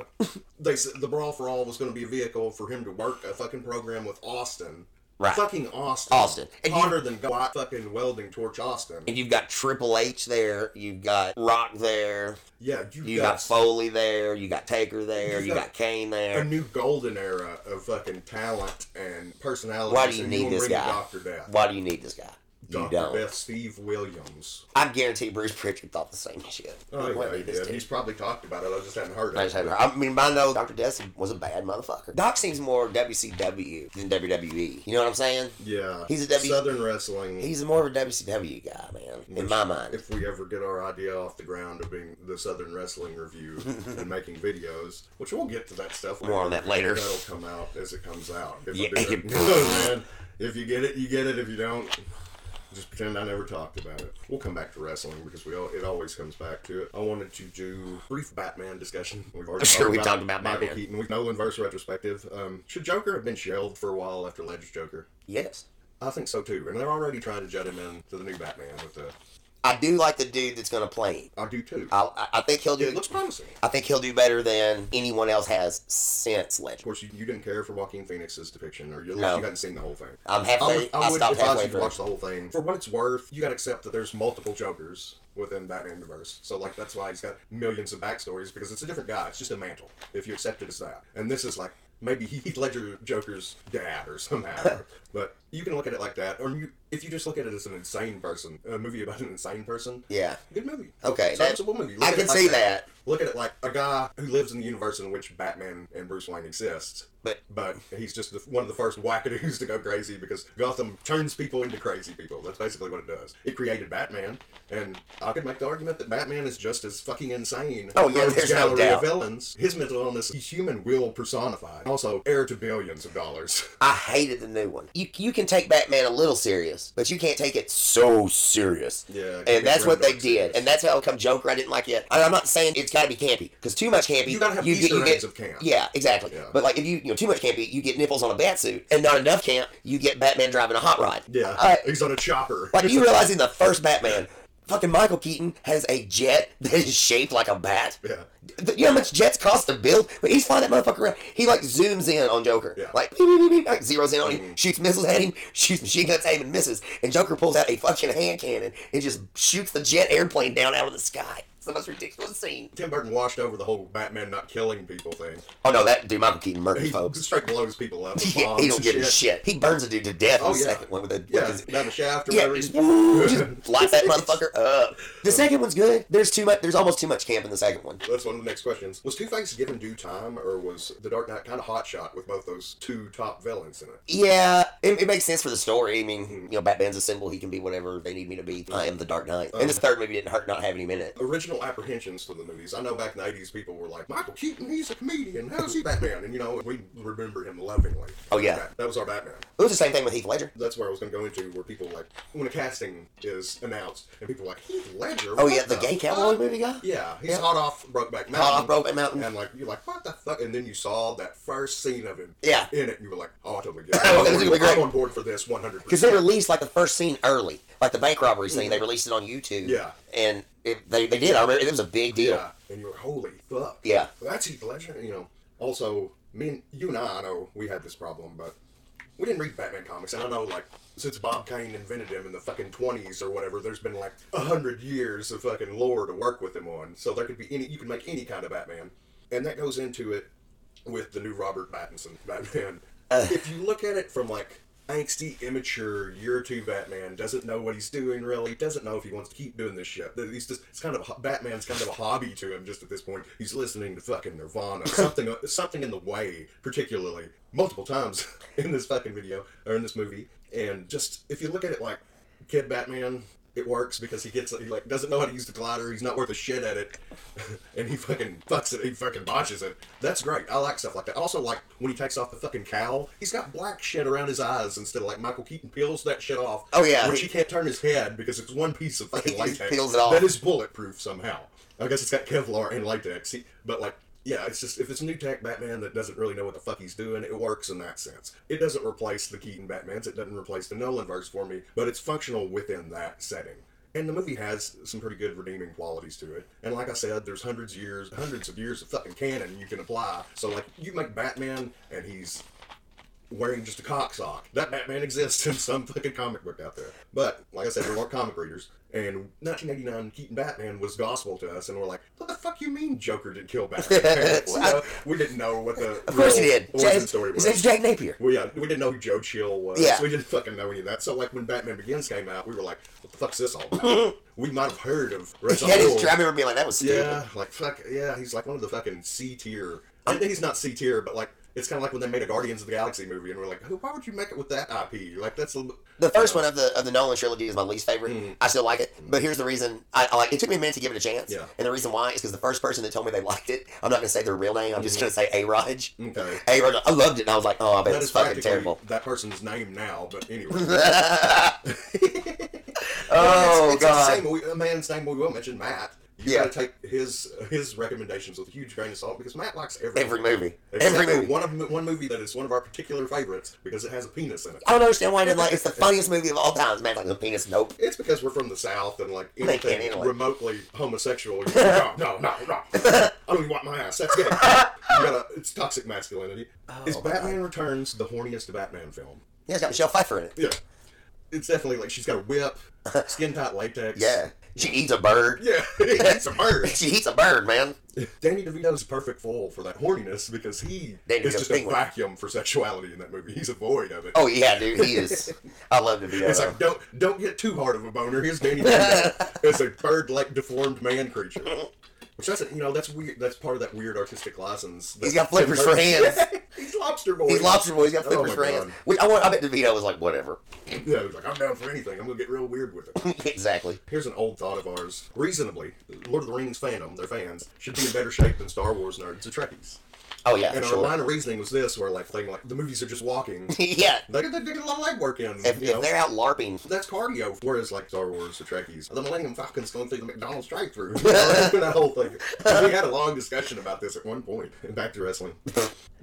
[SPEAKER 3] They said the brawl for all was gonna be a vehicle for him to work a fucking program with Austin
[SPEAKER 4] Right.
[SPEAKER 3] Fucking Austin.
[SPEAKER 4] Austin. And you-
[SPEAKER 3] Hotter than God fucking welding torch Austin.
[SPEAKER 4] And you've got Triple H there, you've got Rock there,
[SPEAKER 3] yeah, you,
[SPEAKER 4] you
[SPEAKER 3] got,
[SPEAKER 4] got Foley there, you got Taker there,
[SPEAKER 3] You
[SPEAKER 4] you
[SPEAKER 3] got-
[SPEAKER 4] got Kane
[SPEAKER 3] a
[SPEAKER 4] there.
[SPEAKER 3] new golden era of fucking talent and personality.
[SPEAKER 4] Why do you need this guy?
[SPEAKER 3] Doctor Death.
[SPEAKER 4] Why do you need this guy? You
[SPEAKER 3] Dr.
[SPEAKER 4] don't.
[SPEAKER 3] Death Steve Williams.
[SPEAKER 4] I guarantee Bruce Pritchard thought the same shit.
[SPEAKER 3] Oh,
[SPEAKER 4] What
[SPEAKER 3] yeah, he
[SPEAKER 4] did this
[SPEAKER 3] did.
[SPEAKER 4] do?
[SPEAKER 3] He's probably talked about it. I just hadn't heard
[SPEAKER 4] I just
[SPEAKER 3] it.
[SPEAKER 4] had- I mean, I know Dr. Death was a bad motherfucker. Doc seems more WCW than WWE. You know what I'm saying?
[SPEAKER 3] Yeah.
[SPEAKER 4] He's a W-
[SPEAKER 3] Southern wrestling.
[SPEAKER 4] He's more of a WCW guy, man, in
[SPEAKER 3] Which,
[SPEAKER 4] my mind.
[SPEAKER 3] If we ever get our idea off the ground of being the Southern Wrestling Review and making videos, which we'll get to that stuff.
[SPEAKER 4] More on that later.
[SPEAKER 3] That'll come out as it comes out. If
[SPEAKER 4] Yeah.
[SPEAKER 3] I do it. No, man. If you get it, you get it. If you don't, just pretend I never talked about it. We'll come back to wrestling because we all, it always comes back to it. I wanted to do a brief Batman discussion. We've already
[SPEAKER 4] Sure, we talked about
[SPEAKER 3] Michael
[SPEAKER 4] Batman.
[SPEAKER 3] Keaton. We Nolan verse retrospective. Um, should Joker have been shelved for a while after Ledger's Joker?
[SPEAKER 4] Yes.
[SPEAKER 3] I think so too, and they're already trying to jut him in to the new Batman with the
[SPEAKER 4] I do like the dude that's going to play him.
[SPEAKER 3] I do too.
[SPEAKER 4] I, I- I think he'll do.
[SPEAKER 3] it looks promising.
[SPEAKER 4] I think he'll do better than anyone else has since
[SPEAKER 3] Of
[SPEAKER 4] Legend.
[SPEAKER 3] course, you, you didn't care for Joaquin Phoenix's depiction, or you, at least
[SPEAKER 4] No.
[SPEAKER 3] you hadn't seen the whole thing.
[SPEAKER 4] I'm halfway. I,
[SPEAKER 3] would, I would
[SPEAKER 4] stopped
[SPEAKER 3] advise
[SPEAKER 4] halfway
[SPEAKER 3] you to
[SPEAKER 4] through.
[SPEAKER 3] watch the whole thing. For what it's worth, you got to accept that there's multiple Jokers within that universe. So, like, that's why he's got millions of backstories because it's a different guy. It's just a mantle. If you accept it as that, and this is like maybe Heath Ledger Joker's dad or somehow. but you can look at it like that, or you, if you just look at it as an insane person, a movie about an insane person.
[SPEAKER 4] Yeah.
[SPEAKER 3] Good movie.
[SPEAKER 4] Okay,
[SPEAKER 3] So
[SPEAKER 4] that-
[SPEAKER 3] it's a woman.
[SPEAKER 4] I can see that.
[SPEAKER 3] Look at it like a guy who lives in the universe in which Batman and Bruce Wayne exist.
[SPEAKER 4] But-
[SPEAKER 3] but he's just the, one of the first wackadoos to go crazy because Gotham turns people into crazy people. That's basically what it does. It created Batman, and I could make the argument that Batman is just as fucking insane.
[SPEAKER 4] Oh,
[SPEAKER 3] as
[SPEAKER 4] yeah,
[SPEAKER 3] his
[SPEAKER 4] there's no
[SPEAKER 3] gallery
[SPEAKER 4] doubt.
[SPEAKER 3] of villains. His mental illness, he's human will personified, also heir to billions of dollars.
[SPEAKER 4] I hated the new one. You you can take Batman a little serious, but you can't take it so serious.
[SPEAKER 3] Yeah, you
[SPEAKER 4] And that's
[SPEAKER 3] can't
[SPEAKER 4] what they did,
[SPEAKER 3] run dark serious.
[SPEAKER 4] and that's how come Joker I didn't like it. And I'm not saying it's got to be campy because too much campy
[SPEAKER 3] You gotta have Easter eggs of camp.
[SPEAKER 4] Yeah, exactly.
[SPEAKER 3] Yeah.
[SPEAKER 4] But like if you you know too much campy, you get nipples on a bat suit, and not enough camp, you get Batman driving a hot rod.
[SPEAKER 3] Yeah,
[SPEAKER 4] Uh,
[SPEAKER 3] he's on a chopper.
[SPEAKER 4] Like you realize in the first Batman, fucking Michael Keaton has a jet that is shaped like a bat.
[SPEAKER 3] Yeah.
[SPEAKER 4] D- You know how much jets cost to build? But he's flying that motherfucker around. He like zooms in on Joker.
[SPEAKER 3] Yeah. Mm-hmm.
[SPEAKER 4] Like, beep, beep, beep, beep, like, zeroes in on him, shoots missiles at him, shoots machine guns at him and misses. And Joker pulls out a fucking hand cannon and just shoots the jet airplane down out of the sky. It's the most ridiculous scene.
[SPEAKER 3] Tim Burton washed over the whole Batman not killing people thing.
[SPEAKER 4] Oh no, that dude Michael Keaton murdered
[SPEAKER 3] He
[SPEAKER 4] folks.
[SPEAKER 3] straight blows people up. With
[SPEAKER 4] He,
[SPEAKER 3] bombs
[SPEAKER 4] he don't
[SPEAKER 3] and
[SPEAKER 4] give a shit. He burns a dude to death in
[SPEAKER 3] Oh
[SPEAKER 4] the
[SPEAKER 3] yeah,
[SPEAKER 4] second one with a with
[SPEAKER 3] yeah,
[SPEAKER 4] his-
[SPEAKER 3] down the shaft or
[SPEAKER 4] Yeah,
[SPEAKER 3] whatever.
[SPEAKER 4] just, woo, just light that motherfucker up. The second one's good. There's too much. There's almost too much camp in the second one.
[SPEAKER 3] That's one of the next questions. Was Two Face given due time, or was The Dark Knight kind of hot shot with both those two top villains in it?
[SPEAKER 4] Yeah, it, it makes sense for the story. I mean, you know, Batman's a symbol. He can be whatever they need me to be. I am the Dark Knight. And
[SPEAKER 3] Uh-huh.
[SPEAKER 4] this third movie didn't hurt not having him in it.
[SPEAKER 3] Original apprehensions for the movies. I know back in the 80s, people were like, Michael Keaton, he's a comedian. How's he Batman? And, you know, we remember him lovingly.
[SPEAKER 4] Oh, yeah.
[SPEAKER 3] That, that was our Batman.
[SPEAKER 4] It was the same thing with Heath Ledger.
[SPEAKER 3] That's where I was going to go into, where people like, when a casting is announced, and people are like, Heath Ledger.
[SPEAKER 4] Oh
[SPEAKER 3] what
[SPEAKER 4] yeah, the gay cowboy
[SPEAKER 3] fuck?"
[SPEAKER 4] movie guy.
[SPEAKER 3] Yeah, he's
[SPEAKER 4] Yeah.
[SPEAKER 3] hot off Brokeback Mountain.
[SPEAKER 4] Hot off Brokeback Mountain.
[SPEAKER 3] And like you're like, what the fuck? And then you saw that first scene of him.
[SPEAKER 4] Yeah.
[SPEAKER 3] In it, and you were like, oh, I totally get it.
[SPEAKER 4] Oh,
[SPEAKER 3] I'm,
[SPEAKER 4] that's gonna
[SPEAKER 3] on
[SPEAKER 4] be
[SPEAKER 3] board, I'm
[SPEAKER 4] great.
[SPEAKER 3] on board for this 100.
[SPEAKER 4] Because they released like the first scene early, like the bank robbery scene. They released it on YouTube.
[SPEAKER 3] Mm-hmm. Yeah.
[SPEAKER 4] And it, they they did. I remember it was a big deal.
[SPEAKER 3] Yeah, and you're holy fuck.
[SPEAKER 4] Yeah.
[SPEAKER 3] that's Heath Ledger. You know, also me and you and I, I know we had this problem, but we didn't read Batman comics, and I know like since Bob Kane invented him in the fucking twenties or whatever, there's been like a hundred years of fucking lore to work with him on. So there could be any you can make any kind of Batman, and that goes into it with the new Robert Pattinson Batman. if you look at it from like angsty, immature year two Batman, doesn't know what he's doing really, doesn't know if he wants to keep doing this shit. That He's just it's kind of a ho- Batman's kind of a hobby to him just at this point. He's listening to fucking Nirvana, something something in the way, particularly multiple times in this fucking video or in this movie. And just if you look at it like Kid Batman. It works because he gets he like doesn't know how to use the glider. He's not worth a shit at it, and he fucking fucks it. He fucking botches it. That's great. I like stuff like that. I Also, like when he takes off the fucking cowl, he's got black shit around his eyes instead of like Michael Keaton peels that shit off.
[SPEAKER 4] Oh, yeah.
[SPEAKER 3] which he can't turn his head because it's one piece of fucking
[SPEAKER 4] He just
[SPEAKER 3] latex.
[SPEAKER 4] peels it off.
[SPEAKER 3] That is bulletproof somehow. I guess it's got Kevlar and latex. He, but like. Yeah, it's just if it's new tech Batman that doesn't really know what the fuck he's doing, it works in that sense. It doesn't replace the Keaton Batmans, it doesn't replace the Nolan verse for me, but it's functional within that setting. And the movie has some pretty good redeeming qualities to it. And like I said, there's hundreds of years, hundreds of years of fucking canon you can apply. So like you make Batman and he's wearing just a cock sock. That Batman exists in some fucking comic book out there. But like I said, we weren't comic readers. And 1989 Keaton Batman was gospel to us, and we're like, "What the fuck you mean Joker didn't kill Batman?" You know, we didn't know what the
[SPEAKER 4] Of course he
[SPEAKER 3] real
[SPEAKER 4] did.
[SPEAKER 3] origin
[SPEAKER 4] Jack-
[SPEAKER 3] story was.
[SPEAKER 4] His name's Jack Napier.
[SPEAKER 3] Well, yeah, we didn't know who Joe Chill was.
[SPEAKER 4] Yeah.
[SPEAKER 3] We didn't fucking know any of that. So, like, when Batman Begins came out, we were like, what the fuck's this all about? we might have heard of Ra's
[SPEAKER 4] Yeah,
[SPEAKER 3] al
[SPEAKER 4] that's
[SPEAKER 3] Ghul.
[SPEAKER 4] true. I remember being like, that was stupid.
[SPEAKER 3] Yeah, like, fuck, yeah, he's like one of the fucking C tier. I think he's not C tier, but like, it's kind of like when they made a Guardians of the Galaxy movie, and we're like, who- why would you make it with that IP? You're Like, that's a little.
[SPEAKER 4] The first one of the of the Nolan trilogy is my least favorite.
[SPEAKER 3] Mm-hmm.
[SPEAKER 4] I still like it, but here's the reason I, I like. It took me a minute to give it a chance,
[SPEAKER 3] Yeah.
[SPEAKER 4] and the reason why is because the first person that told me they liked it, I'm not gonna say their real name. I'm just gonna say A. Raj.
[SPEAKER 3] Mm-hmm. Okay.
[SPEAKER 4] A. Raj. I loved it, and I was like, oh, I bet
[SPEAKER 3] That
[SPEAKER 4] it's
[SPEAKER 3] is
[SPEAKER 4] fucking
[SPEAKER 3] practically
[SPEAKER 4] terrible.
[SPEAKER 3] that person's name now, but anyway.
[SPEAKER 4] Oh
[SPEAKER 3] it's, it's
[SPEAKER 4] god.
[SPEAKER 3] The same, we, a man's name we won't mention, Matt. You
[SPEAKER 4] Yeah.
[SPEAKER 3] gotta take his his recommendations with a huge grain of salt because Matt likes everything.
[SPEAKER 4] Every movie.
[SPEAKER 3] Except
[SPEAKER 4] Every
[SPEAKER 3] for
[SPEAKER 4] movie.
[SPEAKER 3] One of one movie that is one of our particular favorites because it has a penis in it.
[SPEAKER 4] I don't understand why I didn't like. It's the funniest movie of all times, man. Like the penis. Nope.
[SPEAKER 3] It's because we're from the South and like
[SPEAKER 4] can't
[SPEAKER 3] anything
[SPEAKER 4] handle it.
[SPEAKER 3] remotely homosexual. You're like, "Oh, no, no, no, no. I don't even want my ass. That's gay. You gotta, it's toxic masculinity.
[SPEAKER 4] Oh,
[SPEAKER 3] is Batman Returns the horniest Batman film?
[SPEAKER 4] Yeah, it's got Michelle Pfeiffer in it.
[SPEAKER 3] Yeah. It's definitely like she's got a whip, skin tight latex.
[SPEAKER 4] Yeah. She eats a bird.
[SPEAKER 3] Yeah. it's a bird.
[SPEAKER 4] She eats a bird, man.
[SPEAKER 3] Danny DeVito's a perfect foil for that horniness because he
[SPEAKER 4] Danny
[SPEAKER 3] is
[SPEAKER 4] DeVito's
[SPEAKER 3] just a
[SPEAKER 4] penguin.
[SPEAKER 3] vacuum for sexuality in that movie. He's a void of it.
[SPEAKER 4] Oh yeah, dude. He is. I love to be.
[SPEAKER 3] It's like don't don't get too hard of a boner. Here's Danny DeVito as a bird-like deformed man creature. Which that's you know that's weird. That's part of that weird artistic license. that
[SPEAKER 4] He's got flippers for hands.
[SPEAKER 3] He's lobster boy.
[SPEAKER 4] He's lobster boy. He's got
[SPEAKER 3] Oh
[SPEAKER 4] flippers
[SPEAKER 3] my
[SPEAKER 4] for hands.
[SPEAKER 3] God.
[SPEAKER 4] Which I want. I bet DeVito was like, whatever.
[SPEAKER 3] Yeah, he's like I'm down for anything. I'm gonna get real weird with it.
[SPEAKER 4] exactly.
[SPEAKER 3] Here's an old thought of ours. Reasonably, Lord of the Rings fandom, their fans, should be in better shape than Star Wars nerds or Trekkies.
[SPEAKER 4] Oh yeah, for
[SPEAKER 3] And our
[SPEAKER 4] sure.
[SPEAKER 3] line of reasoning was this, where like thing like the movies are just walking.
[SPEAKER 4] yeah.
[SPEAKER 3] They, they, they get a lot of legwork in.
[SPEAKER 4] If,
[SPEAKER 3] you know?
[SPEAKER 4] if they're out LARPing,
[SPEAKER 3] that's cardio. Whereas like Star Wars, the Trekkies, the Millennium Falcon's going through the McDonald's drive-through. that whole thing. We had a long discussion about this at one point. And back to wrestling.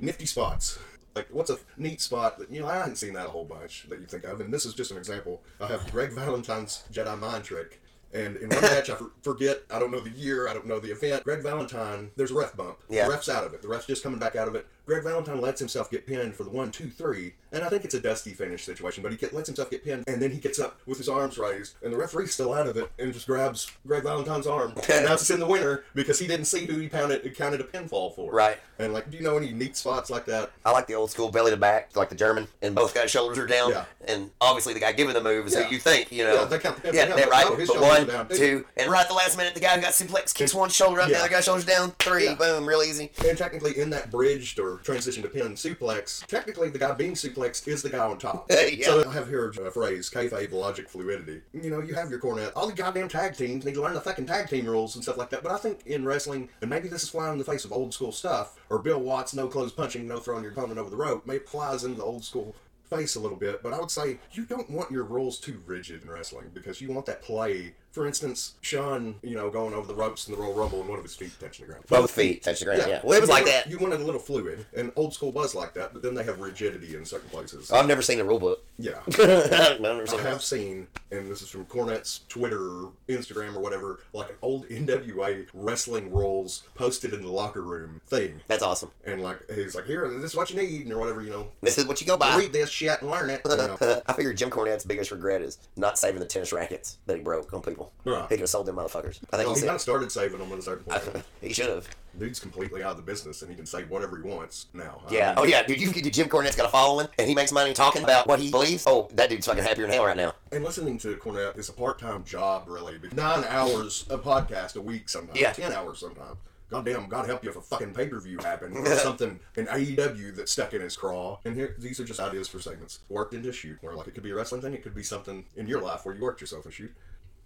[SPEAKER 3] Nifty spots. Like what's a neat spot that you know I haven't seen that a whole bunch that you think of, and this is just an example. I have Greg Valentine's Jedi mind trick. And in one match, I for- forget, I don't know the year, I don't know the event. Greg Valentine, there's a ref bump.
[SPEAKER 4] Yeah.
[SPEAKER 3] The ref's out of it. The ref's just coming back out of it. Greg Valentine lets himself get pinned for the one, two, three, and I think it's a dusty finish situation, but he get, lets himself get pinned, and then he gets up with his arms raised, and the referee's still out of it, and just grabs Greg Valentine's arm, and now it's in the winner because he didn't see who he pounded, counted a pinfall for.
[SPEAKER 4] Right.
[SPEAKER 3] And like, do you know any neat spots like that?
[SPEAKER 4] I like the old school belly to back, like the German, and both guys' shoulders are down.
[SPEAKER 3] Yeah.
[SPEAKER 4] And obviously, the guy giving the move is
[SPEAKER 3] Yeah.
[SPEAKER 4] who you think, you know.
[SPEAKER 3] Yeah, they count-
[SPEAKER 4] Yeah,
[SPEAKER 3] yeah,
[SPEAKER 4] that right.
[SPEAKER 3] oh, his
[SPEAKER 4] but
[SPEAKER 3] shoulders are
[SPEAKER 4] one,
[SPEAKER 3] down, too.
[SPEAKER 4] two, and right at the last minute, the guy who got suplex kicks one shoulder up,
[SPEAKER 3] Yeah.
[SPEAKER 4] the other guy's shoulders down. Three,
[SPEAKER 3] Yeah.
[SPEAKER 4] boom, real easy.
[SPEAKER 3] And technically, in that bridged or transition to pin suplex, technically the guy being suplexed is the guy on top.
[SPEAKER 4] Yeah.
[SPEAKER 3] So I have here a phrase, kayfabe logic fluidity. You know, you have your cornet. All the goddamn tag teams need to learn the fucking tag team rules and stuff like that. But I think in wrestling, and maybe this is flying in the face of old school stuff, or Bill Watts, no close punching, no throwing your opponent over the rope, may flies into the old school face a little bit, but I would say you don't want your rules too rigid in wrestling because you want that play. For instance, Sean, you know, going over the ropes in the Royal Rumble and one of his feet touching the ground.
[SPEAKER 4] Both feet touch the ground. Yeah. Well, it was
[SPEAKER 3] You
[SPEAKER 4] like
[SPEAKER 3] want-
[SPEAKER 4] that.
[SPEAKER 3] You wanted a little fluid, and old school was like that, but then they have rigidity in certain places.
[SPEAKER 4] I've never seen the rule book.
[SPEAKER 3] yeah.
[SPEAKER 4] I've never
[SPEAKER 3] I
[SPEAKER 4] seen
[SPEAKER 3] have seen, and this is from Cornette's Twitter, Instagram, or whatever, like an old NWA wrestling rules posted in the locker room thing.
[SPEAKER 4] That's awesome.
[SPEAKER 3] And like, he's like, here, this is what you need, and or whatever, you know.
[SPEAKER 4] This is what you go by.
[SPEAKER 3] Read this shit and learn it. You know.
[SPEAKER 4] I figure Jim Cornette's biggest regret is not saving the tennis rackets that he broke on people.
[SPEAKER 3] Right.
[SPEAKER 4] He could have sold them motherfuckers. I think
[SPEAKER 3] Well,
[SPEAKER 4] he,
[SPEAKER 3] he kind
[SPEAKER 4] said,
[SPEAKER 3] of started saving them at a certain point.
[SPEAKER 4] he should have.
[SPEAKER 3] Dude's completely out of the business, and he can say whatever he wants now. I
[SPEAKER 4] Yeah.
[SPEAKER 3] mean,
[SPEAKER 4] Oh yeah, dude. You dude, Jim Cornette's got a following, and he makes money talking about what he believes. Oh, that dude's fucking happier than hell right now.
[SPEAKER 3] And listening to Cornette is a part-time job, really. because Nine hours a podcast a week sometimes.
[SPEAKER 4] Yeah.
[SPEAKER 3] Ten hours sometimes. Goddamn, God help you if a fucking pay-per-view happened or something, an AEW that's stuck in his craw. And here, these are just ideas for segments. Worked into shoot, where like it could be a wrestling thing, it could be something in your life where you worked yourself a shoot.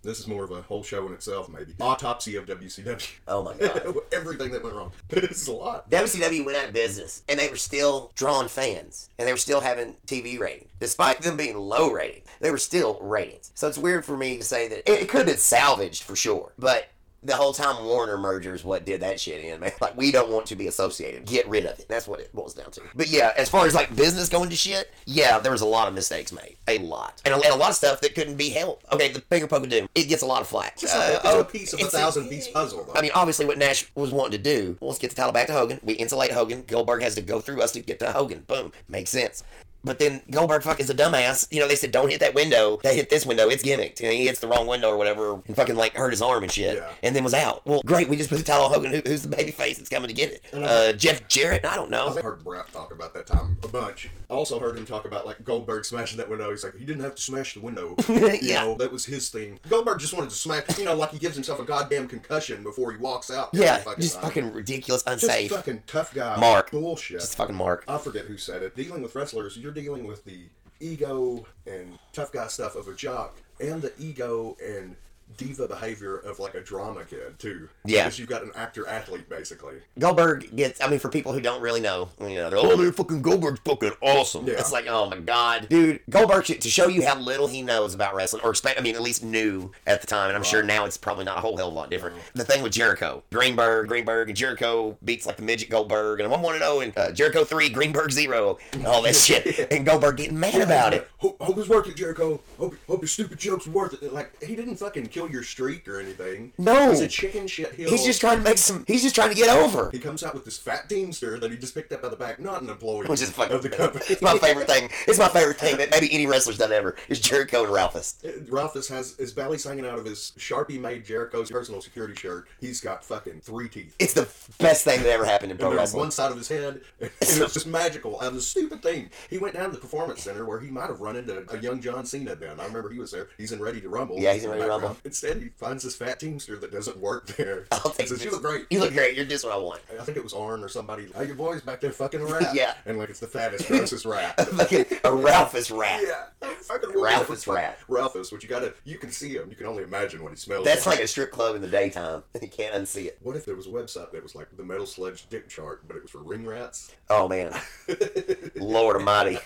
[SPEAKER 3] This is more of a whole show in itself, maybe. Autopsy of WCW.
[SPEAKER 4] Oh my god.
[SPEAKER 3] Everything that went wrong. this is a lot.
[SPEAKER 4] WCW went out of business, and they were still drawing fans, and they were still having TV ratings, despite them being low rating. They were still ratings. So it's weird for me to say that it, it could have been salvaged for sure, but. The whole time Warner merger is what did that shit in, man. Like, we don't want to be associated. Get rid of it. That's what it boils down to. But yeah, as far as like business going to shit, yeah, there was a lot of mistakes made. A lot. And a, and a lot of stuff that couldn't be helped. Okay, the finger poke of doom, it gets a lot of flack.
[SPEAKER 3] It's like
[SPEAKER 4] Uh,
[SPEAKER 3] a
[SPEAKER 4] oh,
[SPEAKER 3] piece of a
[SPEAKER 4] it's
[SPEAKER 3] thousand-piece puzzle, though.
[SPEAKER 4] I mean, obviously, what Nash was wanting to do, well, let's get the title back to Hogan. We insulate Hogan. Goldberg has to go through us to get to Hogan. Boom. Makes sense. But then Goldberg fuck is a dumbass. You know, they said don't hit that window. They hit this window. It's gimmicked. And he hits the wrong window or whatever, and fucking like hurt his arm and shit.
[SPEAKER 3] Yeah.
[SPEAKER 4] And then was out. Well, great. We just put the title on Hogan. Who, who's the baby face that's coming to get it? Uh, Jeff Jarrett. I don't know.
[SPEAKER 3] I heard Brap talk about that time a bunch. I also heard him talk about like Goldberg smashing that window. He's like, he didn't have to smash the window. You
[SPEAKER 4] Yeah.
[SPEAKER 3] know, that was his thing. Goldberg just wanted to smash, you know, like he gives himself a goddamn concussion before he walks out.
[SPEAKER 4] Yeah,
[SPEAKER 3] Every
[SPEAKER 4] just
[SPEAKER 3] time.
[SPEAKER 4] fucking ridiculous,
[SPEAKER 3] just
[SPEAKER 4] unsafe.
[SPEAKER 3] fucking tough guy.
[SPEAKER 4] Mark.
[SPEAKER 3] bullshit.
[SPEAKER 4] Just fucking Mark.
[SPEAKER 3] I forget who said it. Dealing with wrestlers, you're dealing with the ego and tough guy stuff of a jock, and the ego and diva behavior of like a drama kid too.
[SPEAKER 4] Yeah.
[SPEAKER 3] because you've got an actor athlete basically.
[SPEAKER 4] Goldberg gets. I mean, for people who don't really know, you know, they're oh, man, fucking Goldberg's fucking awesome.
[SPEAKER 3] Yeah.
[SPEAKER 4] It's like, oh my god, dude, Goldberg should, to show you how little he knows about wrestling, or expect. I mean, at least knew at the time, and I'm sure now it's probably not a whole hell of a lot different. The thing with Jericho, Greenberg, Greenberg, and Jericho beats like the midget Goldberg, and I'm one to zero, and uh, Jericho three, Greenberg zero, and all that shit, and Goldberg getting mad about it.
[SPEAKER 3] Hope, hope it's worth it, Jericho. Hope, hope your stupid joke's worth it. Like he didn't fucking kill your streak or anything.
[SPEAKER 4] No.
[SPEAKER 3] he's a chicken shit heel.
[SPEAKER 4] He's just trying to make some. He's just trying to get over.
[SPEAKER 3] He comes out with this fat teamster that he just picked up out of the back, not an employee
[SPEAKER 4] Which is fucking
[SPEAKER 3] of the company.
[SPEAKER 4] It's my favorite thing. It's my favorite thing that maybe any wrestler's done ever is Jericho and Ralphus.
[SPEAKER 3] Ralphus Uh, has his belly's hanging out of his Sharpie made Jericho's personal security shirt. He's got fucking three teeth.
[SPEAKER 4] It's the best thing that ever happened in pro
[SPEAKER 3] on
[SPEAKER 4] wrestling.
[SPEAKER 3] one side of his head, and it was just magical. And the stupid thing, he went down to the performance center where he might have run into a young John Cena then. I remember he was there. He's in Ready to Rumble.
[SPEAKER 4] Yeah, he's in Ready to
[SPEAKER 3] Background.
[SPEAKER 4] Rumble.
[SPEAKER 3] Instead, he finds this fat teamster that doesn't work there.
[SPEAKER 4] I'll take
[SPEAKER 3] He says,
[SPEAKER 4] this.
[SPEAKER 3] "You look great."
[SPEAKER 4] You look great. You're just what I want.
[SPEAKER 3] I think it was Arn or somebody. Hey, your boy's back there fucking a rap.
[SPEAKER 4] Yeah.
[SPEAKER 3] and like it's the fattest, grossest rap.
[SPEAKER 4] Fucking a Ralphus rat.
[SPEAKER 3] Yeah, fucking
[SPEAKER 4] Ralph is rat.
[SPEAKER 3] Ralph is what you gotta. You can see him. You can only imagine what he smells.
[SPEAKER 4] That's like a strip club in the daytime. You can't unsee it.
[SPEAKER 3] What if there was a website that was like the metal sludge dick chart, but it was for ring rats?
[SPEAKER 4] Oh man, Lord Almighty.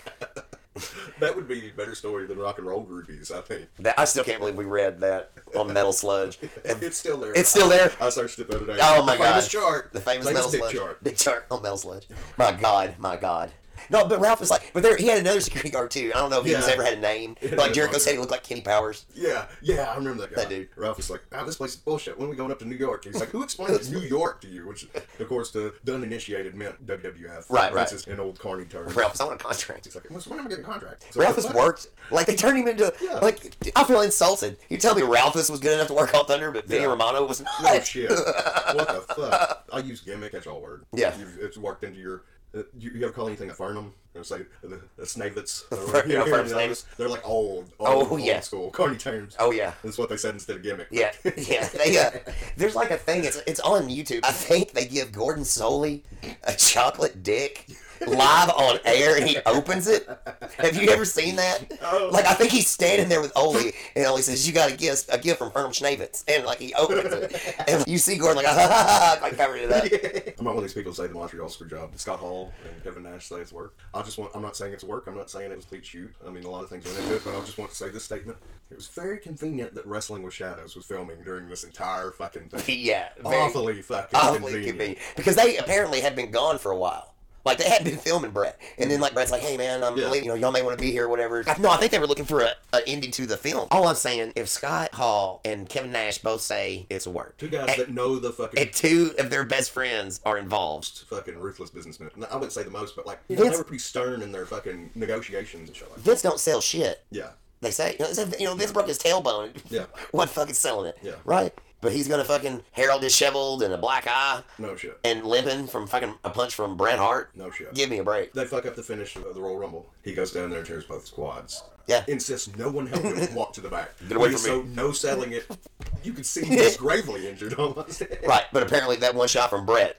[SPEAKER 3] That would be a better story than rock and roll groupies, I think.
[SPEAKER 4] That, I still can't believe we read that on Metal Sludge.
[SPEAKER 3] It's still there.
[SPEAKER 4] It's still there.
[SPEAKER 3] I searched it the other day.
[SPEAKER 4] Oh my
[SPEAKER 3] the
[SPEAKER 4] god!
[SPEAKER 3] Famous chart.
[SPEAKER 4] The famous, metal
[SPEAKER 3] famous dick
[SPEAKER 4] sludge.
[SPEAKER 3] chart.
[SPEAKER 4] Dick chart on metal sludge. My god, my god. No, but Ralph was like, but there he had another security guard too. I don't know if he's
[SPEAKER 3] Yeah.
[SPEAKER 4] ever had a name.
[SPEAKER 3] Yeah,
[SPEAKER 4] like
[SPEAKER 3] no,
[SPEAKER 4] Jericho
[SPEAKER 3] no.
[SPEAKER 4] said, he looked like Kenny Powers.
[SPEAKER 3] Yeah, yeah, I remember that guy.
[SPEAKER 4] That dude.
[SPEAKER 3] Ralph was like, "Ah, this place is bullshit. When are we going up to New York?" He's like, "Who explains New York to you?" Which, of course, the uninitiated meant WWF.
[SPEAKER 4] Right,
[SPEAKER 3] That's
[SPEAKER 4] right.
[SPEAKER 3] just an old carny term.
[SPEAKER 4] Ralph, I want a contract.
[SPEAKER 3] He's like, "When when am I getting a contract?" He's like,
[SPEAKER 4] Ralphus
[SPEAKER 3] "What?"
[SPEAKER 4] worked. Like they turned him into
[SPEAKER 3] Yeah.
[SPEAKER 4] like I feel insulted. You tell me Ralphus was good enough to work on Thunder, but Vinny
[SPEAKER 3] Yeah.
[SPEAKER 4] Romano was not.
[SPEAKER 3] Oh shit! what the fuck? I use gimmick. Catch all word.
[SPEAKER 4] Yeah.
[SPEAKER 3] You've, it's worked into your. Uh, you, you ever call anything a Farnum? It's like the, the Snavets.
[SPEAKER 4] Yeah, Farnum's Snavets.
[SPEAKER 3] They're like old. old
[SPEAKER 4] Oh,
[SPEAKER 3] old
[SPEAKER 4] yeah.
[SPEAKER 3] School corny terms.
[SPEAKER 4] Oh yeah.
[SPEAKER 3] That's what they said instead of gimmick.
[SPEAKER 4] Yeah, yeah. They, uh, there's like a thing. It's it's on YouTube. I think they give Gordon Soley a chocolate dick live on air, and he opens it. Have you ever seen that?
[SPEAKER 3] Oh.
[SPEAKER 4] Like I think he's standing there with Oli, and Oli says, "You got a gift, a gift from Herman Schnavitz," and like he opens it, and you see Gordon like, "Ha ha ha!" like covering it up.
[SPEAKER 3] I'm not one of these people who say the Montreal screw job. Scott Hall and Kevin Nash say it's work. I just want. I'm not saying it's work. I'm not saying it was complete shoot. I mean, a lot of things went into it, but I just want to say this statement. It was very convenient that Wrestling with Shadows was filming during this entire fucking thing.
[SPEAKER 4] Yeah, very-
[SPEAKER 3] Awfully fucking
[SPEAKER 4] awfully
[SPEAKER 3] convenient.
[SPEAKER 4] convenient because they apparently had been gone for a while. Like they had been filming Brett, and then like Brett's like, "Hey man, I'm
[SPEAKER 3] Mm. Yeah.
[SPEAKER 4] leaving. You know, y'all may want to be here, or whatever." No, I think they were looking for a, a ending to the film. All I'm saying, if Scott Hall and Kevin Nash both say it's a work,
[SPEAKER 3] Two guys
[SPEAKER 4] and,
[SPEAKER 3] that know the fucking
[SPEAKER 4] and two of their best friends are involved,
[SPEAKER 3] fucking ruthless businessmen. No, I wouldn't say the most, but like you know, they
[SPEAKER 4] Vince-
[SPEAKER 3] were pretty stern in their fucking negotiations and shit like that.
[SPEAKER 4] Vince don't sell shit.
[SPEAKER 3] Yeah.
[SPEAKER 4] They say, you know, it's- you know Vince broke his tailbone.
[SPEAKER 3] Yeah.
[SPEAKER 4] what fucking selling it?
[SPEAKER 3] Yeah.
[SPEAKER 4] right. But he's gonna fucking Harold disheveled and a black eye
[SPEAKER 3] No shit.
[SPEAKER 4] and limping from fucking a punch from Bret Hart.
[SPEAKER 3] No shit.
[SPEAKER 4] Give me a break.
[SPEAKER 3] They fuck up the finish of the Royal Rumble. He goes down there and tears both quads.
[SPEAKER 4] Yeah.
[SPEAKER 3] Insists no one help him walk to the back.
[SPEAKER 4] Get away
[SPEAKER 3] He's
[SPEAKER 4] from
[SPEAKER 3] so no selling it. You can see he's gravely injured almost.
[SPEAKER 4] Right, but apparently that one shot from Brett,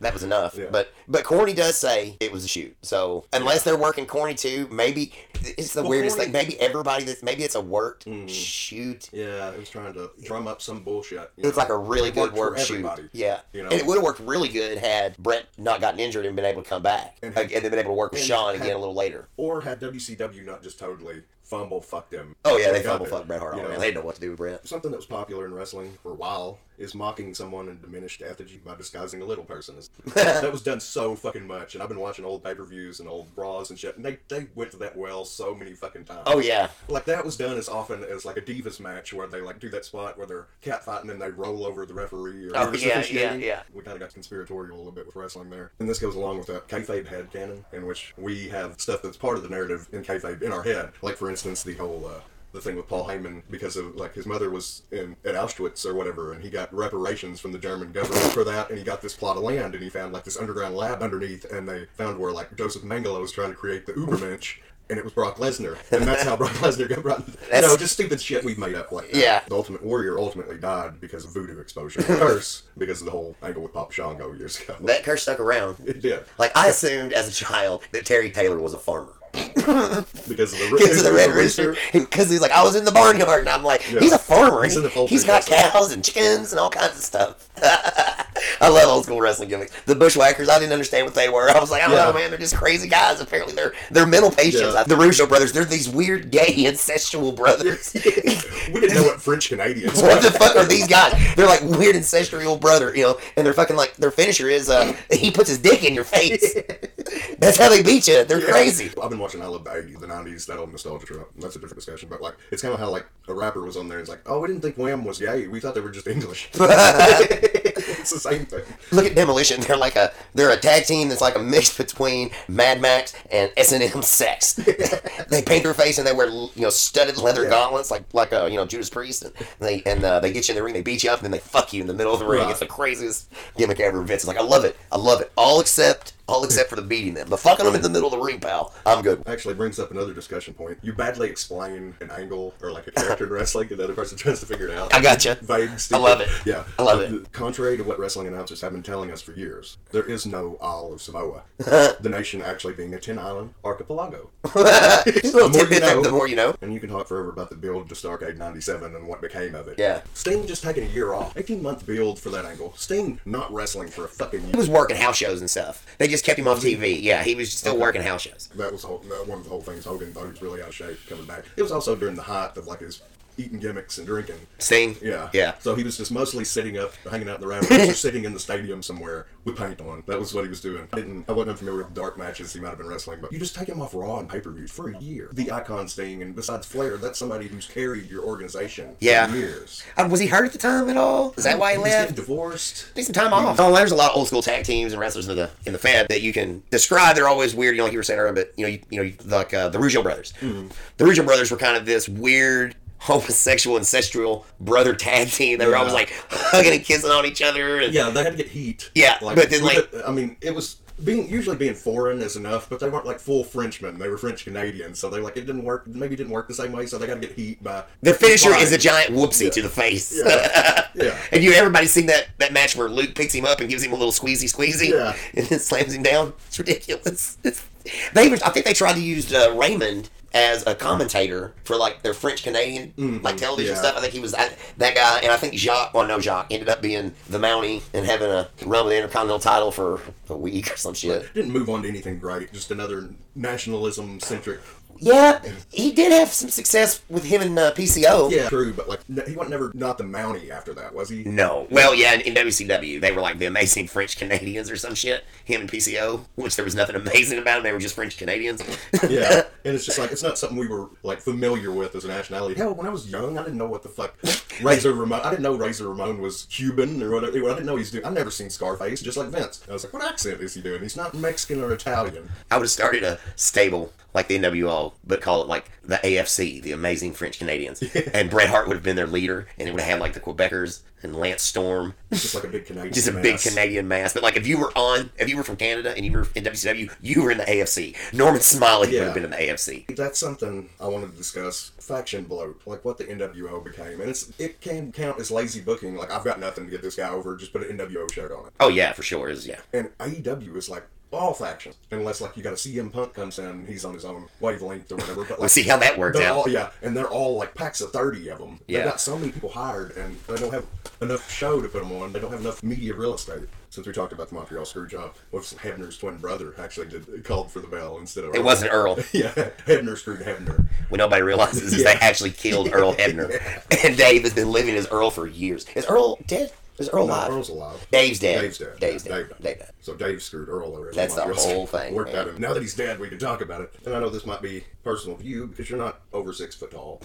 [SPEAKER 4] that was enough.
[SPEAKER 3] Yeah.
[SPEAKER 4] But but Corny does say it was a shoot. So unless they're working Corny too, maybe it's the weirdest
[SPEAKER 3] Corny- Mm.
[SPEAKER 4] thing. Maybe everybody that's maybe it's a worked shoot.
[SPEAKER 3] Yeah, it was trying to drum up some bullshit. you
[SPEAKER 4] It looked
[SPEAKER 3] know.
[SPEAKER 4] like a really
[SPEAKER 3] It
[SPEAKER 4] good
[SPEAKER 3] worked for
[SPEAKER 4] work shoot.
[SPEAKER 3] everybody,
[SPEAKER 4] Yeah,
[SPEAKER 3] You know?
[SPEAKER 4] and it would have worked really good had Brett not gotten injured and been able to come back,
[SPEAKER 3] And-
[SPEAKER 4] and, and then been able to work with
[SPEAKER 3] and
[SPEAKER 4] Sean
[SPEAKER 3] had-
[SPEAKER 4] again a little later.
[SPEAKER 3] Or had WCW not just totally fumble fuck them.
[SPEAKER 4] Oh yeah, they
[SPEAKER 3] got
[SPEAKER 4] fumble
[SPEAKER 3] it.
[SPEAKER 4] fucked Bret Hart.
[SPEAKER 3] You
[SPEAKER 4] all
[SPEAKER 3] know,
[SPEAKER 4] around. They didn't know what to do with Brett.
[SPEAKER 3] something that was popular in wrestling for a while is mocking someone in diminished effigy by disguising a little person. as- that was done so fucking much, and I've been watching old pay per views and old bras and shit, and they, they went to that well so many fucking times.
[SPEAKER 4] Oh yeah.
[SPEAKER 3] Like that was done as often as like a divas match where they like do that spot where they're catfighting and they roll over the referee. Or
[SPEAKER 4] Oh,
[SPEAKER 3] who's
[SPEAKER 4] yeah,
[SPEAKER 3] officiating.
[SPEAKER 4] yeah, yeah.
[SPEAKER 3] We kind of got conspiratorial a little bit with wrestling there, and this goes along with that kayfabe head canon in which we have stuff that's part of the narrative in kayfabe in our head. Like for instance, the whole. uh the thing with Paul Heyman because of like his mother was in at Auschwitz or whatever, and he got reparations from the German government for that, and he got this plot of land, and he found like this underground lab underneath, and they found where like Joseph Mengele was trying to create the Ubermensch, and it was Brock Lesnar, and that's how Brock Lesnar got brought. no, just stupid shit we made up like that.
[SPEAKER 4] Yeah.
[SPEAKER 3] the Ultimate Warrior ultimately died because of voodoo exposure, and curse because of the whole angle with Pop Shango years ago.
[SPEAKER 4] That curse stuck around.
[SPEAKER 3] it did
[SPEAKER 4] Like I assumed as a child that Terry Taylor was a farmer.
[SPEAKER 3] because of the,
[SPEAKER 4] Because of the red rooster, because he's like, I was in the barnyard, and I'm like,
[SPEAKER 3] Yeah.
[SPEAKER 4] he's a farmer.
[SPEAKER 3] He's in the
[SPEAKER 4] He-
[SPEAKER 3] poultry
[SPEAKER 4] he's got
[SPEAKER 3] business.
[SPEAKER 4] cows and chickens and all kinds of stuff. I love old school wrestling gimmicks. The bushwhackers, I didn't understand what they were. I was like, I don't
[SPEAKER 3] Yeah.
[SPEAKER 4] know, man, they're just crazy guys. Apparently, they're they're mental patients.
[SPEAKER 3] Yeah.
[SPEAKER 4] The Russo brothers, they're these weird gay ancestral brothers.
[SPEAKER 3] We didn't know what French Canadians.
[SPEAKER 4] what the fuck are these guys? They're like weird ancestral brother, you know, and they're fucking like their finisher is uh he puts his dick in your face. That's how they beat you. They're crazy.
[SPEAKER 3] I've been watching I Love the 80s, the 90s, that old nostalgia trip. That's a different discussion, but like, it's kind of how like a rapper was on there and it's like, oh, we didn't think Wham was gay. We thought they were just English. it's the same thing.
[SPEAKER 4] Look at Demolition. They're like a they're a tag team that's like a mix between Mad Max and S and M Sex. they paint their face and they wear you know studded leather gauntlets like like uh, you know Judas Priest and they and uh, they get you in the ring, they beat you up, and then they fuck you in the middle of the ring.
[SPEAKER 3] Right.
[SPEAKER 4] It's the craziest gimmick ever. Vince is like, I love it, I love it. All except all except for the beating them, but fucking them in the middle of the ring, pal. I'm good.
[SPEAKER 3] Actually brings up another discussion point. You badly explain an angle or like a character in wrestling and the other person tries to figure it out.
[SPEAKER 4] I gotcha.
[SPEAKER 3] Vague, stupid.
[SPEAKER 4] love it.
[SPEAKER 3] Yeah.
[SPEAKER 4] I love it.
[SPEAKER 3] Contrary to what wrestling announcers have been telling us for years, there is no Isle of Samoa. the nation actually being a 10 island archipelago.
[SPEAKER 4] Just a little
[SPEAKER 3] The more you
[SPEAKER 4] tidbit there,
[SPEAKER 3] know.
[SPEAKER 4] the more you know.
[SPEAKER 3] And you can talk forever about the build to Starcade 97 and what became of it.
[SPEAKER 4] Yeah.
[SPEAKER 3] Sting just taking a year off. 18 month build for that angle. Sting not wrestling for a fucking
[SPEAKER 4] He
[SPEAKER 3] year.
[SPEAKER 4] was working house shows and stuff. They just kept him off TV. Yeah, he was still working house shows.
[SPEAKER 3] That was the whole, that one of the whole things Hogan thought he was really out of shape coming back. It was also during the height of like his eating gimmicks and drinking.
[SPEAKER 4] Sting.
[SPEAKER 3] Yeah.
[SPEAKER 4] Yeah.
[SPEAKER 3] So he was just mostly sitting up, hanging out in the round, or sitting in the stadium somewhere with paint on. That was what he was doing. I didn't. I wasn't familiar with dark matches. He might have been wrestling, but you just take him off Raw and pay per view for a year. The icon Sting, and besides Flair, that's somebody who's carried your organization
[SPEAKER 4] Yeah.
[SPEAKER 3] for years.
[SPEAKER 4] Uh, was he hurt at the time at all? Is that why he
[SPEAKER 3] was getting
[SPEAKER 4] left?
[SPEAKER 3] divorced.
[SPEAKER 4] Need some time off. Oh, there's a lot of old school tag teams and wrestlers in the in the Fed that you can describe. They're always weird, you know, like you were saying earlier, but you know, you, you know, you- like uh, the Rougeau brothers.
[SPEAKER 3] Mm-hmm.
[SPEAKER 4] The Rougeau brothers were kind of this weird homosexual ancestral brother tag team. They were always
[SPEAKER 3] Yeah.
[SPEAKER 4] like hugging and kissing on each other. And,
[SPEAKER 3] Yeah, they had to get heat.
[SPEAKER 4] Yeah, but then,
[SPEAKER 3] we
[SPEAKER 4] like-
[SPEAKER 3] had- I mean, it was being usually being foreign is enough, but they weren't like full Frenchmen. They were French Canadians, so they like it didn't work. Maybe it didn't work the same way, so they got to get heat by
[SPEAKER 4] The finisher
[SPEAKER 3] by-
[SPEAKER 4] is a giant whoopsie to the face.
[SPEAKER 3] Yeah. yeah.
[SPEAKER 4] And you everybody seen that that match where Luke picks him up and gives him a little squeezy squeezy
[SPEAKER 3] Yeah.
[SPEAKER 4] and then slams him down? It's ridiculous. It's, they even, I think they tried to use uh, Raymond as a commentator for like their French Canadian like television
[SPEAKER 3] Mm-hmm. yeah.
[SPEAKER 4] stuff. I think he was that, that guy, and I think Jacques, well no Jacques, ended up being the Mountie and having a run with the Intercontinental title for a week or some shit.
[SPEAKER 3] Didn't move on to anything great. Just another nationalism centric.
[SPEAKER 4] Yeah, he did have some success with him and uh, PCO.
[SPEAKER 3] Yeah, true, but like n- he was never not the Mountie after that, was he?
[SPEAKER 4] No. Well, yeah, in, in WCW, they were like the amazing French Canadians or some shit. Him and PCO, which there was nothing amazing about them. They were just French Canadians.
[SPEAKER 3] Yeah, and it's just like it's not something we were like familiar with as a nationality. Hell, when I was young, I didn't know what the fuck Razor Ramon. I didn't know Razor Ramon was Cuban or whatever. I didn't know he's doing. I've never seen Scarface, just like Vince. I was like, what accent is he doing? He's not Mexican or Italian.
[SPEAKER 4] I would have started a stable like the NWO, but call it like the AFC, the Amazing French Canadians. and Bret Hart would have been their leader, and it would have had like the Quebecers and Lance Storm.
[SPEAKER 3] It's just like a big Canadian.
[SPEAKER 4] Just a
[SPEAKER 3] mass.
[SPEAKER 4] big Canadian mass, but like if you were on, if you were from Canada and you were in WCW, you were in the AFC. Norman Smiley would
[SPEAKER 3] Yeah.
[SPEAKER 4] have been in the AFC.
[SPEAKER 3] That's something I wanted to discuss. Faction bloat, like what the NWO became, and it's it can count as lazy booking. Like I've got nothing to get this guy over, just put an NWO shirt on it.
[SPEAKER 4] Oh yeah, for sure. It was, yeah,
[SPEAKER 3] And AEW is like all factions, unless like you got a CM Punk comes in and he's on his own wavelength or whatever. But
[SPEAKER 4] we'll
[SPEAKER 3] like
[SPEAKER 4] see how that worked
[SPEAKER 3] They're
[SPEAKER 4] out.
[SPEAKER 3] all, yeah, and they're all like packs of thirty of them. They
[SPEAKER 4] Yeah.
[SPEAKER 3] got so many people hired, and they don't have enough show to put them on. They don't have enough media real estate. Since we talked about the Montreal Screwjob, what's Hebner's twin brother actually did called for the bell instead of
[SPEAKER 4] It wasn't Earl.
[SPEAKER 3] yeah Hebner screwed Hebner.
[SPEAKER 4] What nobody realizes is
[SPEAKER 3] Yeah.
[SPEAKER 4] they actually killed Earl Hebner. And Dave has been living as Earl for years. Is Earl dead? Is Earl
[SPEAKER 3] No,
[SPEAKER 4] alive?
[SPEAKER 3] Earl's alive.
[SPEAKER 4] Dave's dead.
[SPEAKER 3] Dave's dead.
[SPEAKER 4] Dave's
[SPEAKER 3] Yeah,
[SPEAKER 4] dead.
[SPEAKER 3] Dave
[SPEAKER 4] Dave died.
[SPEAKER 3] So Dave screwed Earl over.
[SPEAKER 4] That's the whole thing,
[SPEAKER 3] Worked
[SPEAKER 4] man.
[SPEAKER 3] out. Now that he's dead, we can talk about it. And I know this might be personal to you because you're not over six foot tall.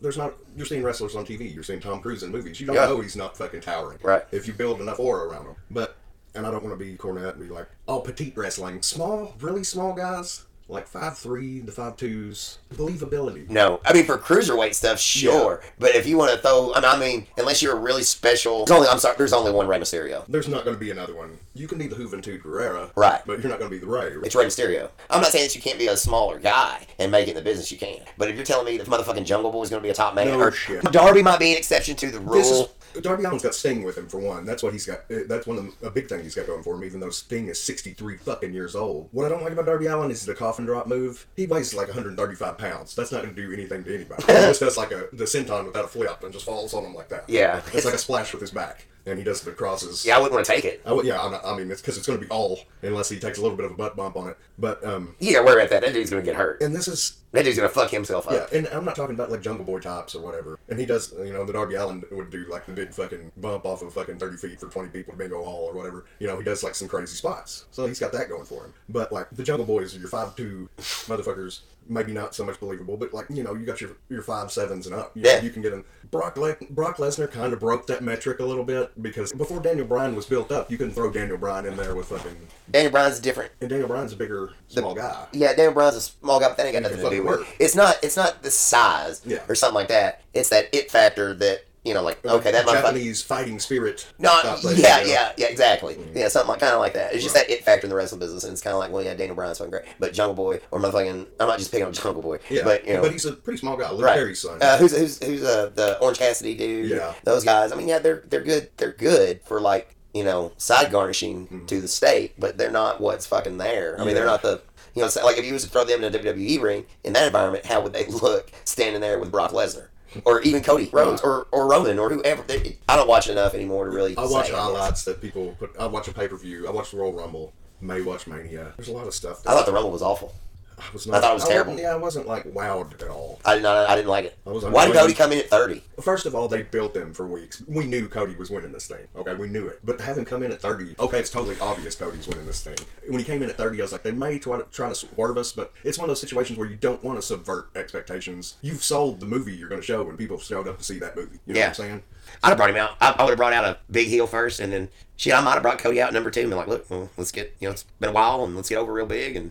[SPEAKER 3] There's not. You're seeing wrestlers on TV. You're seeing Tom Cruise in movies. You don't
[SPEAKER 4] Yeah.
[SPEAKER 3] know he's not fucking towering.
[SPEAKER 4] Right.
[SPEAKER 3] If you build enough aura around him, but. And I don't want to be cornet and be like, oh, petite wrestling, small, really small guys, like five three to five twos, believability.
[SPEAKER 4] No, I mean for cruiserweight stuff, sure. But if you want to throw, I mean, I mean, unless you're a really special, there's only, I'm sorry, there's only one Rey Mysterio.
[SPEAKER 3] There's not going to be another one. You can be the Juventud Guerrera,
[SPEAKER 4] Right.
[SPEAKER 3] But you're not going to be the Ray.
[SPEAKER 4] It's Rey Mysterio. I'm not saying that you can't be a smaller guy and make it in the business. You can. But if you're telling me that motherfucking Jungle Boy is going to be a top man,
[SPEAKER 3] No
[SPEAKER 4] or
[SPEAKER 3] shit.
[SPEAKER 4] Darby might be an exception to the
[SPEAKER 3] This is
[SPEAKER 4] rule.
[SPEAKER 3] Darby Allin's got Sting with him for one. That's what he's got. uh, That's one of the, a big thing he's got going for him. Even though Sting is sixty three fucking years old. What I don't like about Darby Allin is the coffin drop move. He weighs like one hundred thirty five pounds. That's not going to do anything to anybody. he just does like a the senton without a flip and just falls on him like that.
[SPEAKER 4] Yeah.
[SPEAKER 3] it's like a splash with his back, and he does the crosses.
[SPEAKER 4] Yeah, I wouldn't want to take it.
[SPEAKER 3] I, would- yeah, I'm not, I mean, it's because it's going to be all unless he takes a little bit of a butt bump on it. But um,
[SPEAKER 4] Yeah, worry about that. That dude's going to get hurt.
[SPEAKER 3] and this is
[SPEAKER 4] That dude's going to fuck himself
[SPEAKER 3] Yeah,
[SPEAKER 4] up.
[SPEAKER 3] and I'm not talking about like Jungle Boy tops or whatever. And he does, you know, the Darby Allen would do like the big fucking bump off of fucking 30 feet for 20 people to Bingo Hall or whatever. You know, he does like some crazy spots. So he's got that going for him. But like the Jungle Boys, your 5'2 motherfuckers, maybe not so much believable, but like, you know, you got your your five sevens and up. You,
[SPEAKER 4] Yeah.
[SPEAKER 3] You can get them. Brock, Le- Brock Lesnar kind of broke that metric a little bit because before Daniel Bryan was built up, you couldn't throw Daniel Bryan in there with fucking.
[SPEAKER 4] Daniel Bryan's different.
[SPEAKER 3] And Daniel Bryan's a bigger, small guy.
[SPEAKER 4] Yeah, Daniel Bryan's a small guy, but that ain't got
[SPEAKER 3] You
[SPEAKER 4] nothing
[SPEAKER 3] can
[SPEAKER 4] to do
[SPEAKER 3] do
[SPEAKER 4] with it.
[SPEAKER 3] work.
[SPEAKER 4] It's not. It's not the size
[SPEAKER 3] Yeah.
[SPEAKER 4] or something like that. It's that it factor that you know, like okay, that motherfucker.
[SPEAKER 3] Japanese fighting spirit.
[SPEAKER 4] No,
[SPEAKER 3] style Mm-hmm. play,
[SPEAKER 4] yeah,
[SPEAKER 3] you know?
[SPEAKER 4] yeah, yeah, exactly. Yeah, something like, kind of like that. It's just that it factor in the wrestling business, and it's kind of like, well, yeah, Daniel Bryan's fucking great, but Jungle Boy or motherfucking, I'm not just picking on Jungle Boy,
[SPEAKER 3] Yeah,
[SPEAKER 4] but you know,
[SPEAKER 3] he's a pretty small guy. Luke
[SPEAKER 4] right?
[SPEAKER 3] Perry's son.
[SPEAKER 4] Uh, who's who's who's uh, the Orange Cassidy dude?
[SPEAKER 3] Yeah.
[SPEAKER 4] those guys. I mean, yeah, they're they're good. They're good for like you know side garnishing to the state, but they're not what's fucking there. I mean, they're
[SPEAKER 3] Mm-hmm. Yeah.
[SPEAKER 4] not the. You know, so, like if you was to throw them in a WWE ring in that environment, how would they look standing there with Brock Lesnar or even Cody Rhodes or, or Roman or whoever? They, I don't watch enough anymore to really.
[SPEAKER 3] I watch
[SPEAKER 4] say.
[SPEAKER 3] highlights that people put. I watch a pay per view. I watch the Royal Rumble. May watch Mania. There's a lot of stuff. That
[SPEAKER 4] I thought the Rumble was awful.
[SPEAKER 3] I was not.
[SPEAKER 4] I thought it was
[SPEAKER 3] wasn't-
[SPEAKER 4] terrible.
[SPEAKER 3] Yeah, I wasn't like wowed at all.
[SPEAKER 4] I did not. I didn't like it.
[SPEAKER 3] I was
[SPEAKER 4] Why did
[SPEAKER 3] annoyed.
[SPEAKER 4] Cody come in at thirty?
[SPEAKER 3] First of all, they built them for weeks. We knew Cody was winning this thing. Okay, we knew it. But having come in at 30, okay, it's totally obvious Cody's winning this thing. When he came in at 30, I was like, they may try to, try to swerve us, but it's one of those situations where you don't want to subvert expectations. You've sold the movie you're going to show, and people showed up to see that movie. You know
[SPEAKER 4] Yeah.
[SPEAKER 3] what I'm saying?
[SPEAKER 4] I'd have brought him out. I, I would have brought out a big heel first, and then shit, I might have brought Cody out number two and been like, look, well, let's get you know, it's been a while, and let's get over real big, and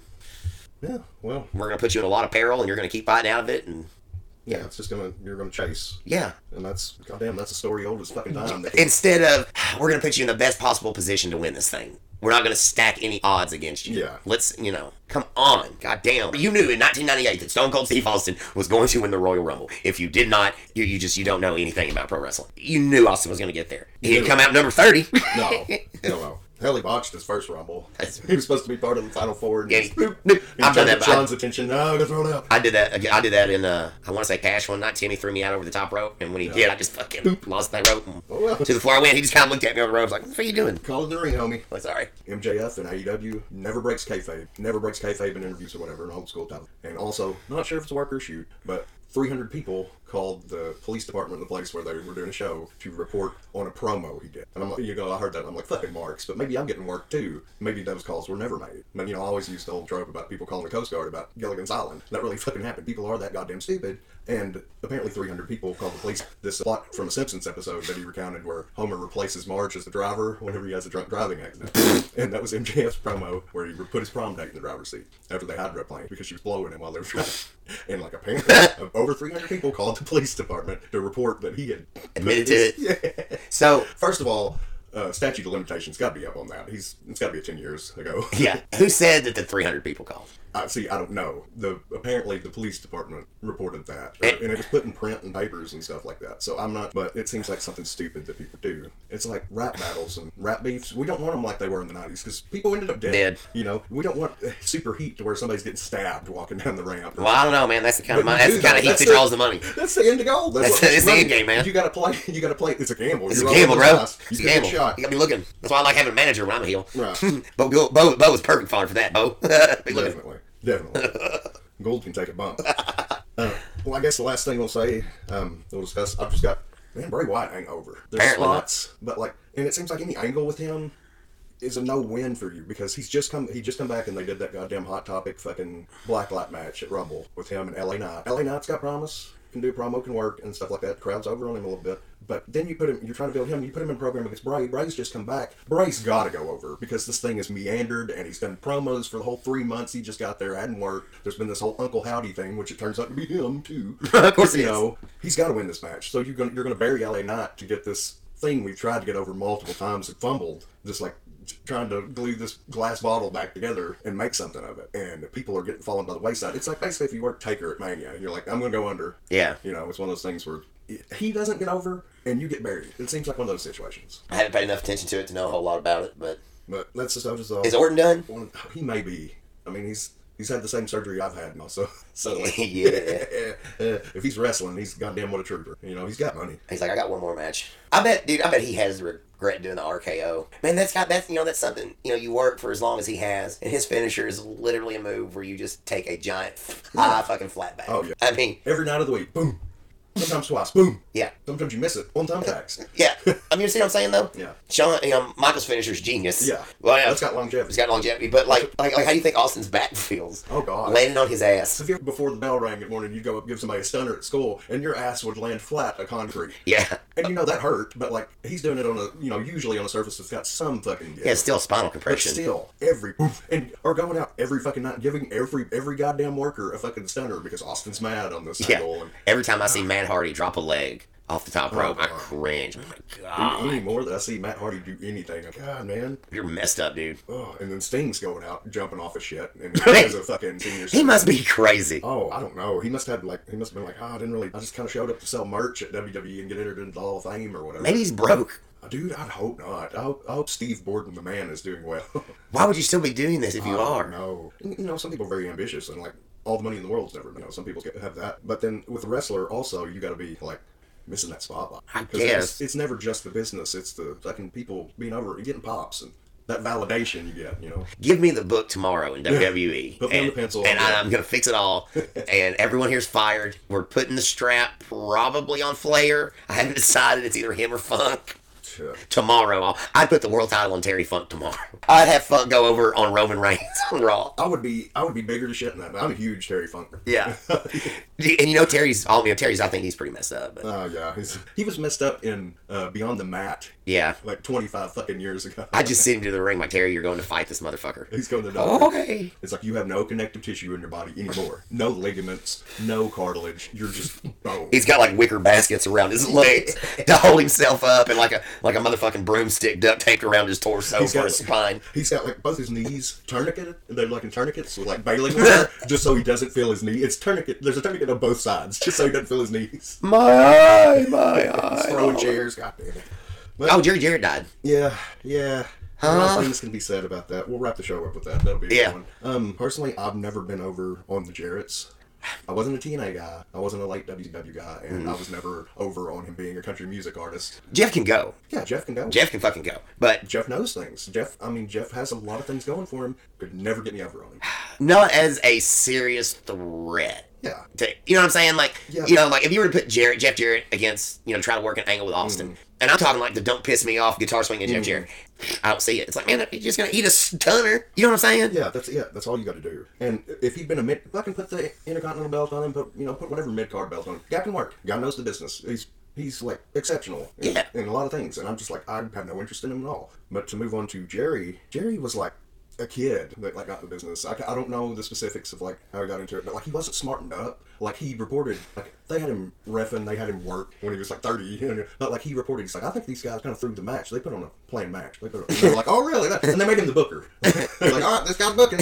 [SPEAKER 3] Yeah, well,
[SPEAKER 4] we're gonna put you in a lot of peril, and you're gonna keep fighting out of it, and
[SPEAKER 3] yeah, it's just going to, you're going to chase.
[SPEAKER 4] yeah.
[SPEAKER 3] And that's goddamn, that's a story old as fucking time. That
[SPEAKER 4] Instead of we're gonna put you in the best possible position to win this thing. We're not gonna stack any odds against you.
[SPEAKER 3] Yeah.
[SPEAKER 4] Let's you know, come on, goddamn. You knew in 1998 that Stone Cold Steve Austin was going to win the Royal Rumble. If you did not, you, you just you don't know anything about pro wrestling. You knew Austin was gonna get there. He didn't come out number 30.
[SPEAKER 3] no, no, no. Hell, he botched his first rumble.
[SPEAKER 4] That's-
[SPEAKER 3] He was supposed to be part of the final four. And
[SPEAKER 4] Yeah,
[SPEAKER 3] just,
[SPEAKER 4] he-
[SPEAKER 3] boop,
[SPEAKER 4] nope,
[SPEAKER 3] he
[SPEAKER 4] I've done
[SPEAKER 3] turned
[SPEAKER 4] that,
[SPEAKER 3] to
[SPEAKER 4] but I-
[SPEAKER 3] John's attention. No, I got thrown out.
[SPEAKER 4] I did that. I did that in uh, I want to say cash one night. Timmy threw me out over the top rope, and when he did, I just fucking lost that rope and-
[SPEAKER 3] Oh, well.
[SPEAKER 4] to the floor. I went. He just kind of looked at me over the rope, like, "What are you doing?"
[SPEAKER 3] Call it the ring, homie.
[SPEAKER 4] I'm like, sorry.
[SPEAKER 3] MJF and AEW never breaks kayfabe, never breaks kayfabe in interviews or whatever, an old school title. And also, not sure if it's work or shoot, but 300 people called the police department, the place where they were doing a show, to report on a promo he did. And I'm like, you go, I heard that. and I'm like, fucking marks, but maybe I'm getting work too. Maybe those calls were never made. And you know, I always use the old trope about people calling the Coast Guard about Gilligan's Island. That really fucking happened. People are that goddamn stupid. And apparently, 300 people called the police. This plot from a Simpsons episode that he recounted where Homer replaces Marge as the driver whenever he has a drunk driving accident. and that was MJF's promo where he put his prom date in the driver's seat after they hydroplaned because she was blowing him while they were driving. and like apparently, over 300 people called the police department to report that he had
[SPEAKER 4] Admitted to it.
[SPEAKER 3] Yeah.
[SPEAKER 4] So
[SPEAKER 3] First of all, uh, statute of limitations got to be up on that. He's it's got to be 10 years ago.
[SPEAKER 4] yeah, who said that the 300 people called?
[SPEAKER 3] I see. I don't know. The apparently the police department reported that,
[SPEAKER 4] Eh.
[SPEAKER 3] and it was put in print and papers and stuff like that. So I'm not. But it seems like something stupid that people do. It's like rap battles and rap beefs. We don't want them like they were in the '90s because people ended up dead.
[SPEAKER 4] Dead.
[SPEAKER 3] You know, we don't want uh, super heat to where somebody's getting stabbed walking down the ramp.
[SPEAKER 4] Well, I don't know, man. That's the kind of
[SPEAKER 3] But
[SPEAKER 4] money.
[SPEAKER 3] you
[SPEAKER 4] That's
[SPEAKER 3] do,
[SPEAKER 4] the kind
[SPEAKER 3] though.
[SPEAKER 4] of heat
[SPEAKER 3] That's
[SPEAKER 4] that
[SPEAKER 3] the-
[SPEAKER 4] draws the money.
[SPEAKER 3] That's the end goal. That's,
[SPEAKER 4] That's-
[SPEAKER 3] what-
[SPEAKER 4] it's the end game, man.
[SPEAKER 3] You gotta play. You gotta play. It's a gamble.
[SPEAKER 4] It's a
[SPEAKER 3] You're
[SPEAKER 4] gamble,
[SPEAKER 3] rolling the
[SPEAKER 4] bro.
[SPEAKER 3] dice.
[SPEAKER 4] It's a
[SPEAKER 3] You take
[SPEAKER 4] gamble. You
[SPEAKER 3] shot.
[SPEAKER 4] gotta be looking. That's why I like having a manager when I'm a heel.
[SPEAKER 3] Right.
[SPEAKER 4] Bo, Bo, Bo, Bo was perfect fodder for that. Bo, be looking.
[SPEAKER 3] Definitely. Definitely. Gold can take a bump. Uh, well, I guess the last thing we'll say, um, we'll discuss. I've just got Man, Bray Wyatt ain't over. There's
[SPEAKER 4] Apparently not.
[SPEAKER 3] spots, but like, and it seems like any angle with him is a no win for you because he's just come he just come back and they did that goddamn hot topic fucking blacklight match at Rumble with him and LA Knight. LA Knight's got promise, can do promo, can work and stuff like that. Crowd's over on him a little bit. But then you put him you're trying to build him, you put him in a program against Bray, Bray's just come back. Bray's gotta go over because this thing has meandered and he's done promos for the whole three months he just got there, hadn't worked. There's been this whole Uncle Howdy thing, which it turns out to be him too.
[SPEAKER 4] Of course
[SPEAKER 3] you
[SPEAKER 4] he is.
[SPEAKER 3] know, he's gotta win this match. So you're gonna you're gonna bury LA Knight to get this thing we've tried to get over multiple times and fumbled, just like trying to glue this glass bottle back together and make something of it. And the people are getting fallen by the wayside. It's like basically if you work Taker at Mania, you're like, I'm going to go under.
[SPEAKER 4] Yeah.
[SPEAKER 3] You know, it's one of those things where he doesn't get over and you get buried. It seems like one of those situations.
[SPEAKER 4] I haven't paid enough attention to it to know a whole lot about it, but
[SPEAKER 3] But that's just, I was just all,
[SPEAKER 4] is Orton done?
[SPEAKER 3] one- he may be. I mean, he's he's had the same surgery I've had now, so suddenly.
[SPEAKER 4] Yeah.
[SPEAKER 3] if he's wrestling, he's goddamn what a trooper. You know, he's got money.
[SPEAKER 4] He's like, I got one more match. I bet, dude. I bet he has regret doing the RKO. Man, that's got that's you know that's something you know you work for as long as he has, and his finisher is literally a move where you just take a giant high fucking flat back.
[SPEAKER 3] Oh, yeah.
[SPEAKER 4] I mean,
[SPEAKER 3] Every night of the week, boom. Sometimes twice, boom.
[SPEAKER 4] yeah.
[SPEAKER 3] Sometimes you miss it. One time tax.
[SPEAKER 4] Yeah, I mean, you see what I'm saying though.
[SPEAKER 3] Yeah.
[SPEAKER 4] Sean, you know, Michael's finisher's genius.
[SPEAKER 3] Yeah.
[SPEAKER 4] well, yeah,
[SPEAKER 3] That's got longevity.
[SPEAKER 4] it's got longevity. But like, like, like, how do you think Austin's back feels?
[SPEAKER 3] Oh, God.
[SPEAKER 4] landing on his ass.
[SPEAKER 3] If you before the bell rang at morning, you go up give somebody a stunner at school, and your ass would land flat on concrete.
[SPEAKER 4] Yeah,
[SPEAKER 3] And you know that hurt, but like he's doing it on a you know usually on a surface that's got some fucking give.
[SPEAKER 4] yeah, it's still spinal
[SPEAKER 3] But
[SPEAKER 4] compression.
[SPEAKER 3] still, every oof, and are going out every fucking night, giving every every goddamn worker a fucking stunner because Austin's mad on this
[SPEAKER 4] yeah.
[SPEAKER 3] angle. And
[SPEAKER 4] Every time I see Matt Hardy drop a leg off the top rope, I
[SPEAKER 3] Oh, God.
[SPEAKER 4] cringe. I'm like,
[SPEAKER 3] any-
[SPEAKER 4] God,
[SPEAKER 3] any more that I see Matt Hardy do anything, I'm, God man,
[SPEAKER 4] you're messed up, dude.
[SPEAKER 3] oh, and then Sting's going out jumping off of shit, and he's a fucking senior.
[SPEAKER 4] He must be crazy.
[SPEAKER 3] Oh, I don't know. He must have like he must have been like, oh, I didn't really. I just kind of showed up to sell merch at WWE and get entered into the Hall of Fame or whatever. Uh,
[SPEAKER 4] Maybe he's broke.
[SPEAKER 3] Dude, I hope not. I hope, I hope Steve Borden, the man, is doing well.
[SPEAKER 4] Why would you still be doing this if you are?
[SPEAKER 3] no, you know, some people are very ambitious and like all the money in the world's never. You know, some people get, have that. But then with a wrestler, also you got to be like missing that spotlight.
[SPEAKER 4] I
[SPEAKER 3] 'Cause
[SPEAKER 4] guess.
[SPEAKER 3] it's, it's never just the business; it's the fucking people being over and getting pops and that validation you get. You know,
[SPEAKER 4] Give me the book tomorrow in WWE.
[SPEAKER 3] Put me on
[SPEAKER 4] and,
[SPEAKER 3] the pencil.
[SPEAKER 4] And I,
[SPEAKER 3] Yeah.
[SPEAKER 4] I'm going to fix it all. and everyone here's fired. We're putting the strap probably on Flair. I haven't decided it's either him or Funk.
[SPEAKER 3] Shit.
[SPEAKER 4] Tomorrow, I'll, I'd put the world title on Terry Funk tomorrow. I'd have Funk go over on Roman Reigns on Raw.
[SPEAKER 3] I would be I would be bigger to shit than that. I'm a huge Terry Funker.
[SPEAKER 4] Yeah. and you know, Terry's, all you know, Terry's, I think he's pretty messed up. But
[SPEAKER 3] Oh yeah, he's, he was messed up in uh, Beyond the Mat
[SPEAKER 4] yeah.
[SPEAKER 3] like 25 fucking years ago.
[SPEAKER 4] I just sent him to the ring like, Terry, you're going to fight this motherfucker.
[SPEAKER 3] he's going to die.
[SPEAKER 4] Okay.
[SPEAKER 3] It's like you have no connective tissue in your body anymore. No ligaments, no cartilage. You're just bone.
[SPEAKER 4] He's got like wicker baskets around his legs to hold himself up, and like a like a motherfucking broomstick duct taped around his torso
[SPEAKER 3] He's
[SPEAKER 4] for
[SPEAKER 3] got-
[SPEAKER 4] his spine.
[SPEAKER 3] He's got like both his knees tourniqueted. They're like in tourniquets with like baling wire, just so he doesn't feel his knee. It's tourniquet. There's a tourniquet on both sides, just so he doesn't feel his knees.
[SPEAKER 4] My eye, my
[SPEAKER 3] He's throwing chairs. God damn it. But
[SPEAKER 4] Oh, Jerry Jarrett died.
[SPEAKER 3] Yeah, yeah. A lot
[SPEAKER 4] Huh?
[SPEAKER 3] of things can be said about that. We'll wrap the show up with that. That'll be a
[SPEAKER 4] Yeah.
[SPEAKER 3] good one. Um, personally, I've never been over on the Jarretts. I wasn't a TNA guy. I wasn't a late WCW guy, and
[SPEAKER 4] Mm.
[SPEAKER 3] I was never over on him being a country music artist.
[SPEAKER 4] Jeff can go.
[SPEAKER 3] Yeah, Jeff can go.
[SPEAKER 4] Jeff can fucking go. But
[SPEAKER 3] Jeff knows things. Jeff, I mean, Jeff has a lot of things going for him. Could never get me over on him.
[SPEAKER 4] not as a serious threat.
[SPEAKER 3] Yeah,
[SPEAKER 4] To, you know what I'm saying? Like,
[SPEAKER 3] Yeah.
[SPEAKER 4] you know, like if you were to put Jarrett, Jeff Jarrett against, you know, try to work an angle with Austin, and I'm talking like the don't piss me off guitar swinging Jeff Jarrett, I don't see it. It's like, man, you're just gonna eat a stunner. You know what I'm saying?
[SPEAKER 3] yeah. That's yeah. That's all you got to do. And if he'd been a mid, fucking put the Intercontinental belt on him. Put you know, put whatever mid card belt on him. Guy can work. Guy knows the business. He's he's like exceptional. in-
[SPEAKER 4] Yeah.
[SPEAKER 3] in a lot of things, and I'm just like I have no interest in him at all. But to move on to Jerry, Jerry was like a kid that like got in the business. I, I don't know the specifics of like how he got into it, but like he wasn't smartened up. Like he reported, like they had him refing, they had him work when he was like 30. You know, but like he reported, he's like, I think these guys kind of threw the match. They put on a plain match. They, put on, and they were like, oh really? And they made him the booker. They're like, all right, this guy's booking.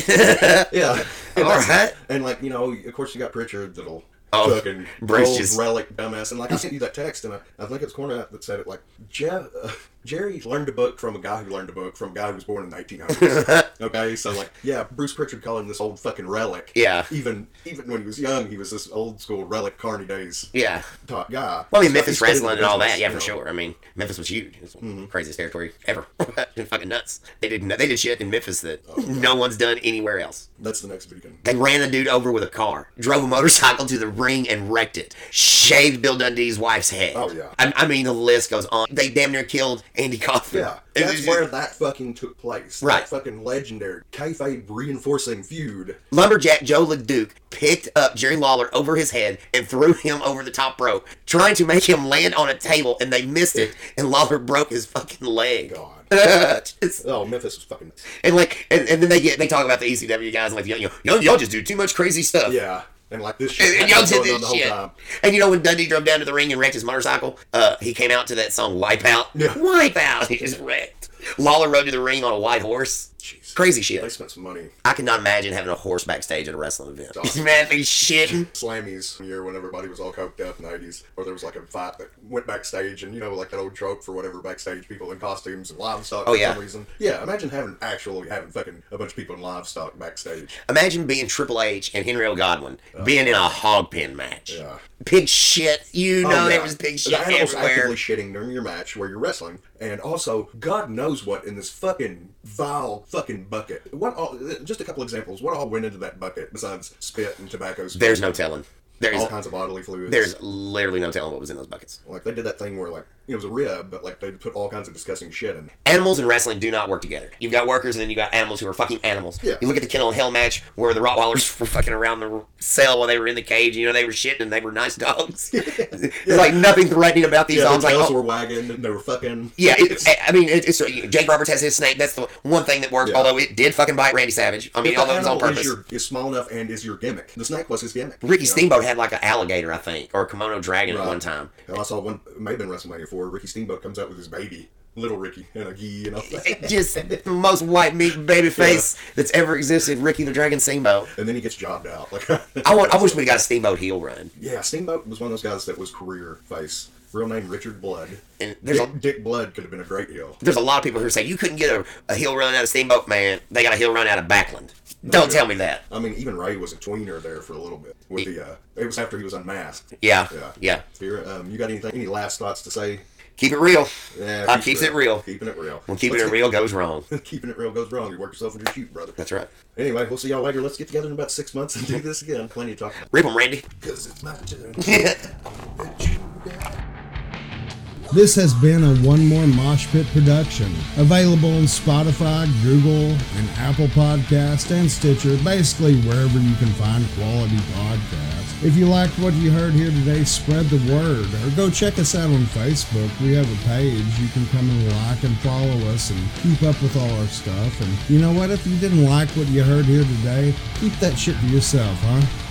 [SPEAKER 3] yeah. And
[SPEAKER 4] All
[SPEAKER 3] that's-
[SPEAKER 4] right.
[SPEAKER 3] And like you know, of course you got Pritchard that'll.
[SPEAKER 4] Oh,
[SPEAKER 3] fucking
[SPEAKER 4] Bruce
[SPEAKER 3] old
[SPEAKER 4] just-
[SPEAKER 3] relic dumbass. And like I sent you that text, and I, I think it's Cornette that said it. Like Jeff, uh, Jerry learned a book from a guy who learned a book from a guy who was born in the 1800s. okay, so like, yeah, Bruce Pritchard called him this old fucking relic.
[SPEAKER 4] Yeah.
[SPEAKER 3] Even even when he was young, he was this old school relic Carney days
[SPEAKER 4] Yeah.
[SPEAKER 3] type guy.
[SPEAKER 4] Well, I mean,
[SPEAKER 3] So
[SPEAKER 4] Memphis
[SPEAKER 3] he's been in the
[SPEAKER 4] wrestling and all that,
[SPEAKER 3] business,
[SPEAKER 4] yeah,
[SPEAKER 3] you
[SPEAKER 4] for
[SPEAKER 3] know.
[SPEAKER 4] sure. I mean, Memphis was huge. It's
[SPEAKER 3] Mm-hmm.
[SPEAKER 4] the craziest territory ever. It's fucking nuts. They did they did shit in Memphis that
[SPEAKER 3] Oh,
[SPEAKER 4] no one's done anywhere else.
[SPEAKER 3] That's the next beacon.
[SPEAKER 4] They ran a dude over with a car, drove a motorcycle to the ring and wrecked it, shaved Bill Dundee's wife's head.
[SPEAKER 3] Oh, yeah.
[SPEAKER 4] I, I mean, the list goes on. They damn near killed Andy Kaufman.
[SPEAKER 3] Yeah,
[SPEAKER 4] It was
[SPEAKER 3] that's
[SPEAKER 4] just-
[SPEAKER 3] where that fucking took place.
[SPEAKER 4] Right.
[SPEAKER 3] That fucking legendary kayfabe reinforcing feud.
[SPEAKER 4] Lumberjack Joe LeDuc picked up Jerry Lawler over his head and threw him over the top rope, trying to make him land on a table, and they missed it, and Lawler broke his fucking leg.
[SPEAKER 3] God.
[SPEAKER 4] It's-
[SPEAKER 3] Oh, Memphis was fucking.
[SPEAKER 4] and like, and, and then they get they talk about the ECW guys, and like, you know, y'all, y'all just do too much crazy stuff.
[SPEAKER 3] Yeah, and like this
[SPEAKER 4] And,
[SPEAKER 3] shit.
[SPEAKER 4] and y'all
[SPEAKER 3] had been
[SPEAKER 4] did
[SPEAKER 3] going on
[SPEAKER 4] this shit. And you know when Dundee drove down to the ring and wrecked his motorcycle, uh, he came out to that song "Wipe Out."
[SPEAKER 3] Yeah.
[SPEAKER 4] Wipe out. He just wrecked. Lawler rode to the ring on a white horse.
[SPEAKER 3] Jeez.
[SPEAKER 4] Crazy
[SPEAKER 3] They
[SPEAKER 4] shit.
[SPEAKER 3] spent some money.
[SPEAKER 4] I cannot imagine having a horse backstage at a wrestling event.
[SPEAKER 3] Awesome.
[SPEAKER 4] Man, they shitting.
[SPEAKER 3] Slammies year when everybody was all coked up in the 80s, or there was like a fight that went backstage, and you know, like that old trope for whatever backstage people in costumes and livestock
[SPEAKER 4] Oh,
[SPEAKER 3] for
[SPEAKER 4] yeah.
[SPEAKER 3] some reason. Yeah, imagine having actually having fucking a bunch of people in livestock backstage.
[SPEAKER 4] Imagine being Triple H and Henry O. Godwin being in a hog pen match.
[SPEAKER 3] Yeah. Oh,
[SPEAKER 4] Pig shit. You know
[SPEAKER 3] yeah.
[SPEAKER 4] there was pig shit
[SPEAKER 3] The animals
[SPEAKER 4] everywhere.
[SPEAKER 3] actively shitting during your match where you're wrestling, and also God knows what in this fucking vile fucking bucket. What all? Just a couple examples. What all went into that bucket besides spit and tobacco? smoke,
[SPEAKER 4] There's no telling. There's
[SPEAKER 3] all kinds of bodily fluids.
[SPEAKER 4] there's literally no telling what was in those buckets.
[SPEAKER 3] like they did that thing where like it was a rib, but like they put all kinds of disgusting shit in.
[SPEAKER 4] animals and wrestling do not work together. You've got workers and then you got animals who are fucking animals.
[SPEAKER 3] Yeah.
[SPEAKER 4] You look at the Kennel and Hell match where the Rottweilers were fucking around the cell while they were in the cage. You know they were shitting and they were nice dogs. There's like nothing threatening about these
[SPEAKER 3] Yeah,
[SPEAKER 4] dogs.
[SPEAKER 3] their
[SPEAKER 4] Like,
[SPEAKER 3] tails
[SPEAKER 4] oh,
[SPEAKER 3] were wagging and they were fucking.
[SPEAKER 4] yeah, it, I- I mean, it, it's uh, Jake Roberts has his snake. That's the one thing that worked.
[SPEAKER 3] Yeah.
[SPEAKER 4] Although it did fucking bite Randy Savage. I mean,
[SPEAKER 3] The
[SPEAKER 4] although it was on
[SPEAKER 3] animal
[SPEAKER 4] purpose.
[SPEAKER 3] is, your, is small enough and is your gimmick. The snake was his gimmick.
[SPEAKER 4] Ricky
[SPEAKER 3] you know?
[SPEAKER 4] Steamboat had like an alligator, I think, or a kimono dragon at
[SPEAKER 3] Right.
[SPEAKER 4] one time.
[SPEAKER 3] Hell, I saw one. It may have been WrestleMania four. Ricky Steamboat comes out with his baby, little Ricky, and a gi and all that.
[SPEAKER 4] It just the most white meat baby face that's ever existed. Ricky the Dragon Steamboat.
[SPEAKER 3] and then he gets jobbed out. Like,
[SPEAKER 4] I want. I wish we got a Steamboat heel run.
[SPEAKER 3] yeah, Steamboat was one of those guys that was career face. Real name Richard Blood.
[SPEAKER 4] And there's a
[SPEAKER 3] Dick, Dick Blood could have been a great heel.
[SPEAKER 4] there's a lot of people who say you couldn't get a, a heel run out of Steamboat Man. They got a heel run out of Backlund. Don't tell me that.
[SPEAKER 3] I mean, even Ray was a tweener there for a little bit. With the, uh, it was after he was unmasked.
[SPEAKER 4] Yeah,
[SPEAKER 3] Yeah.
[SPEAKER 4] yeah.
[SPEAKER 3] Fear, um, you got anything? Any last thoughts to say?
[SPEAKER 4] Keep it real.
[SPEAKER 3] Yeah,
[SPEAKER 4] I keeps Uh, it real.
[SPEAKER 3] Keeping it real.
[SPEAKER 4] When keeping
[SPEAKER 3] Let's
[SPEAKER 4] it real goes wrong.
[SPEAKER 3] get- keeping it real goes wrong. You work yourself into a shoot, brother.
[SPEAKER 4] That's right.
[SPEAKER 3] Anyway, we'll see y'all later. Let's get together in about six months and do this again. Plenty to talk about.
[SPEAKER 4] Rip 'em, Randy.
[SPEAKER 3] Because it's my turn.
[SPEAKER 5] This has been a One More Mosh Pit production, available on Spotify, Google, and Apple Podcast and Stitcher, basically wherever you can find quality podcasts. If you liked what you heard here today, spread the word or go check us out on Facebook. We have a page. You can come and like and follow us and keep up with all our stuff. And you know what? If you didn't like what you heard here today, keep that shit to yourself, huh?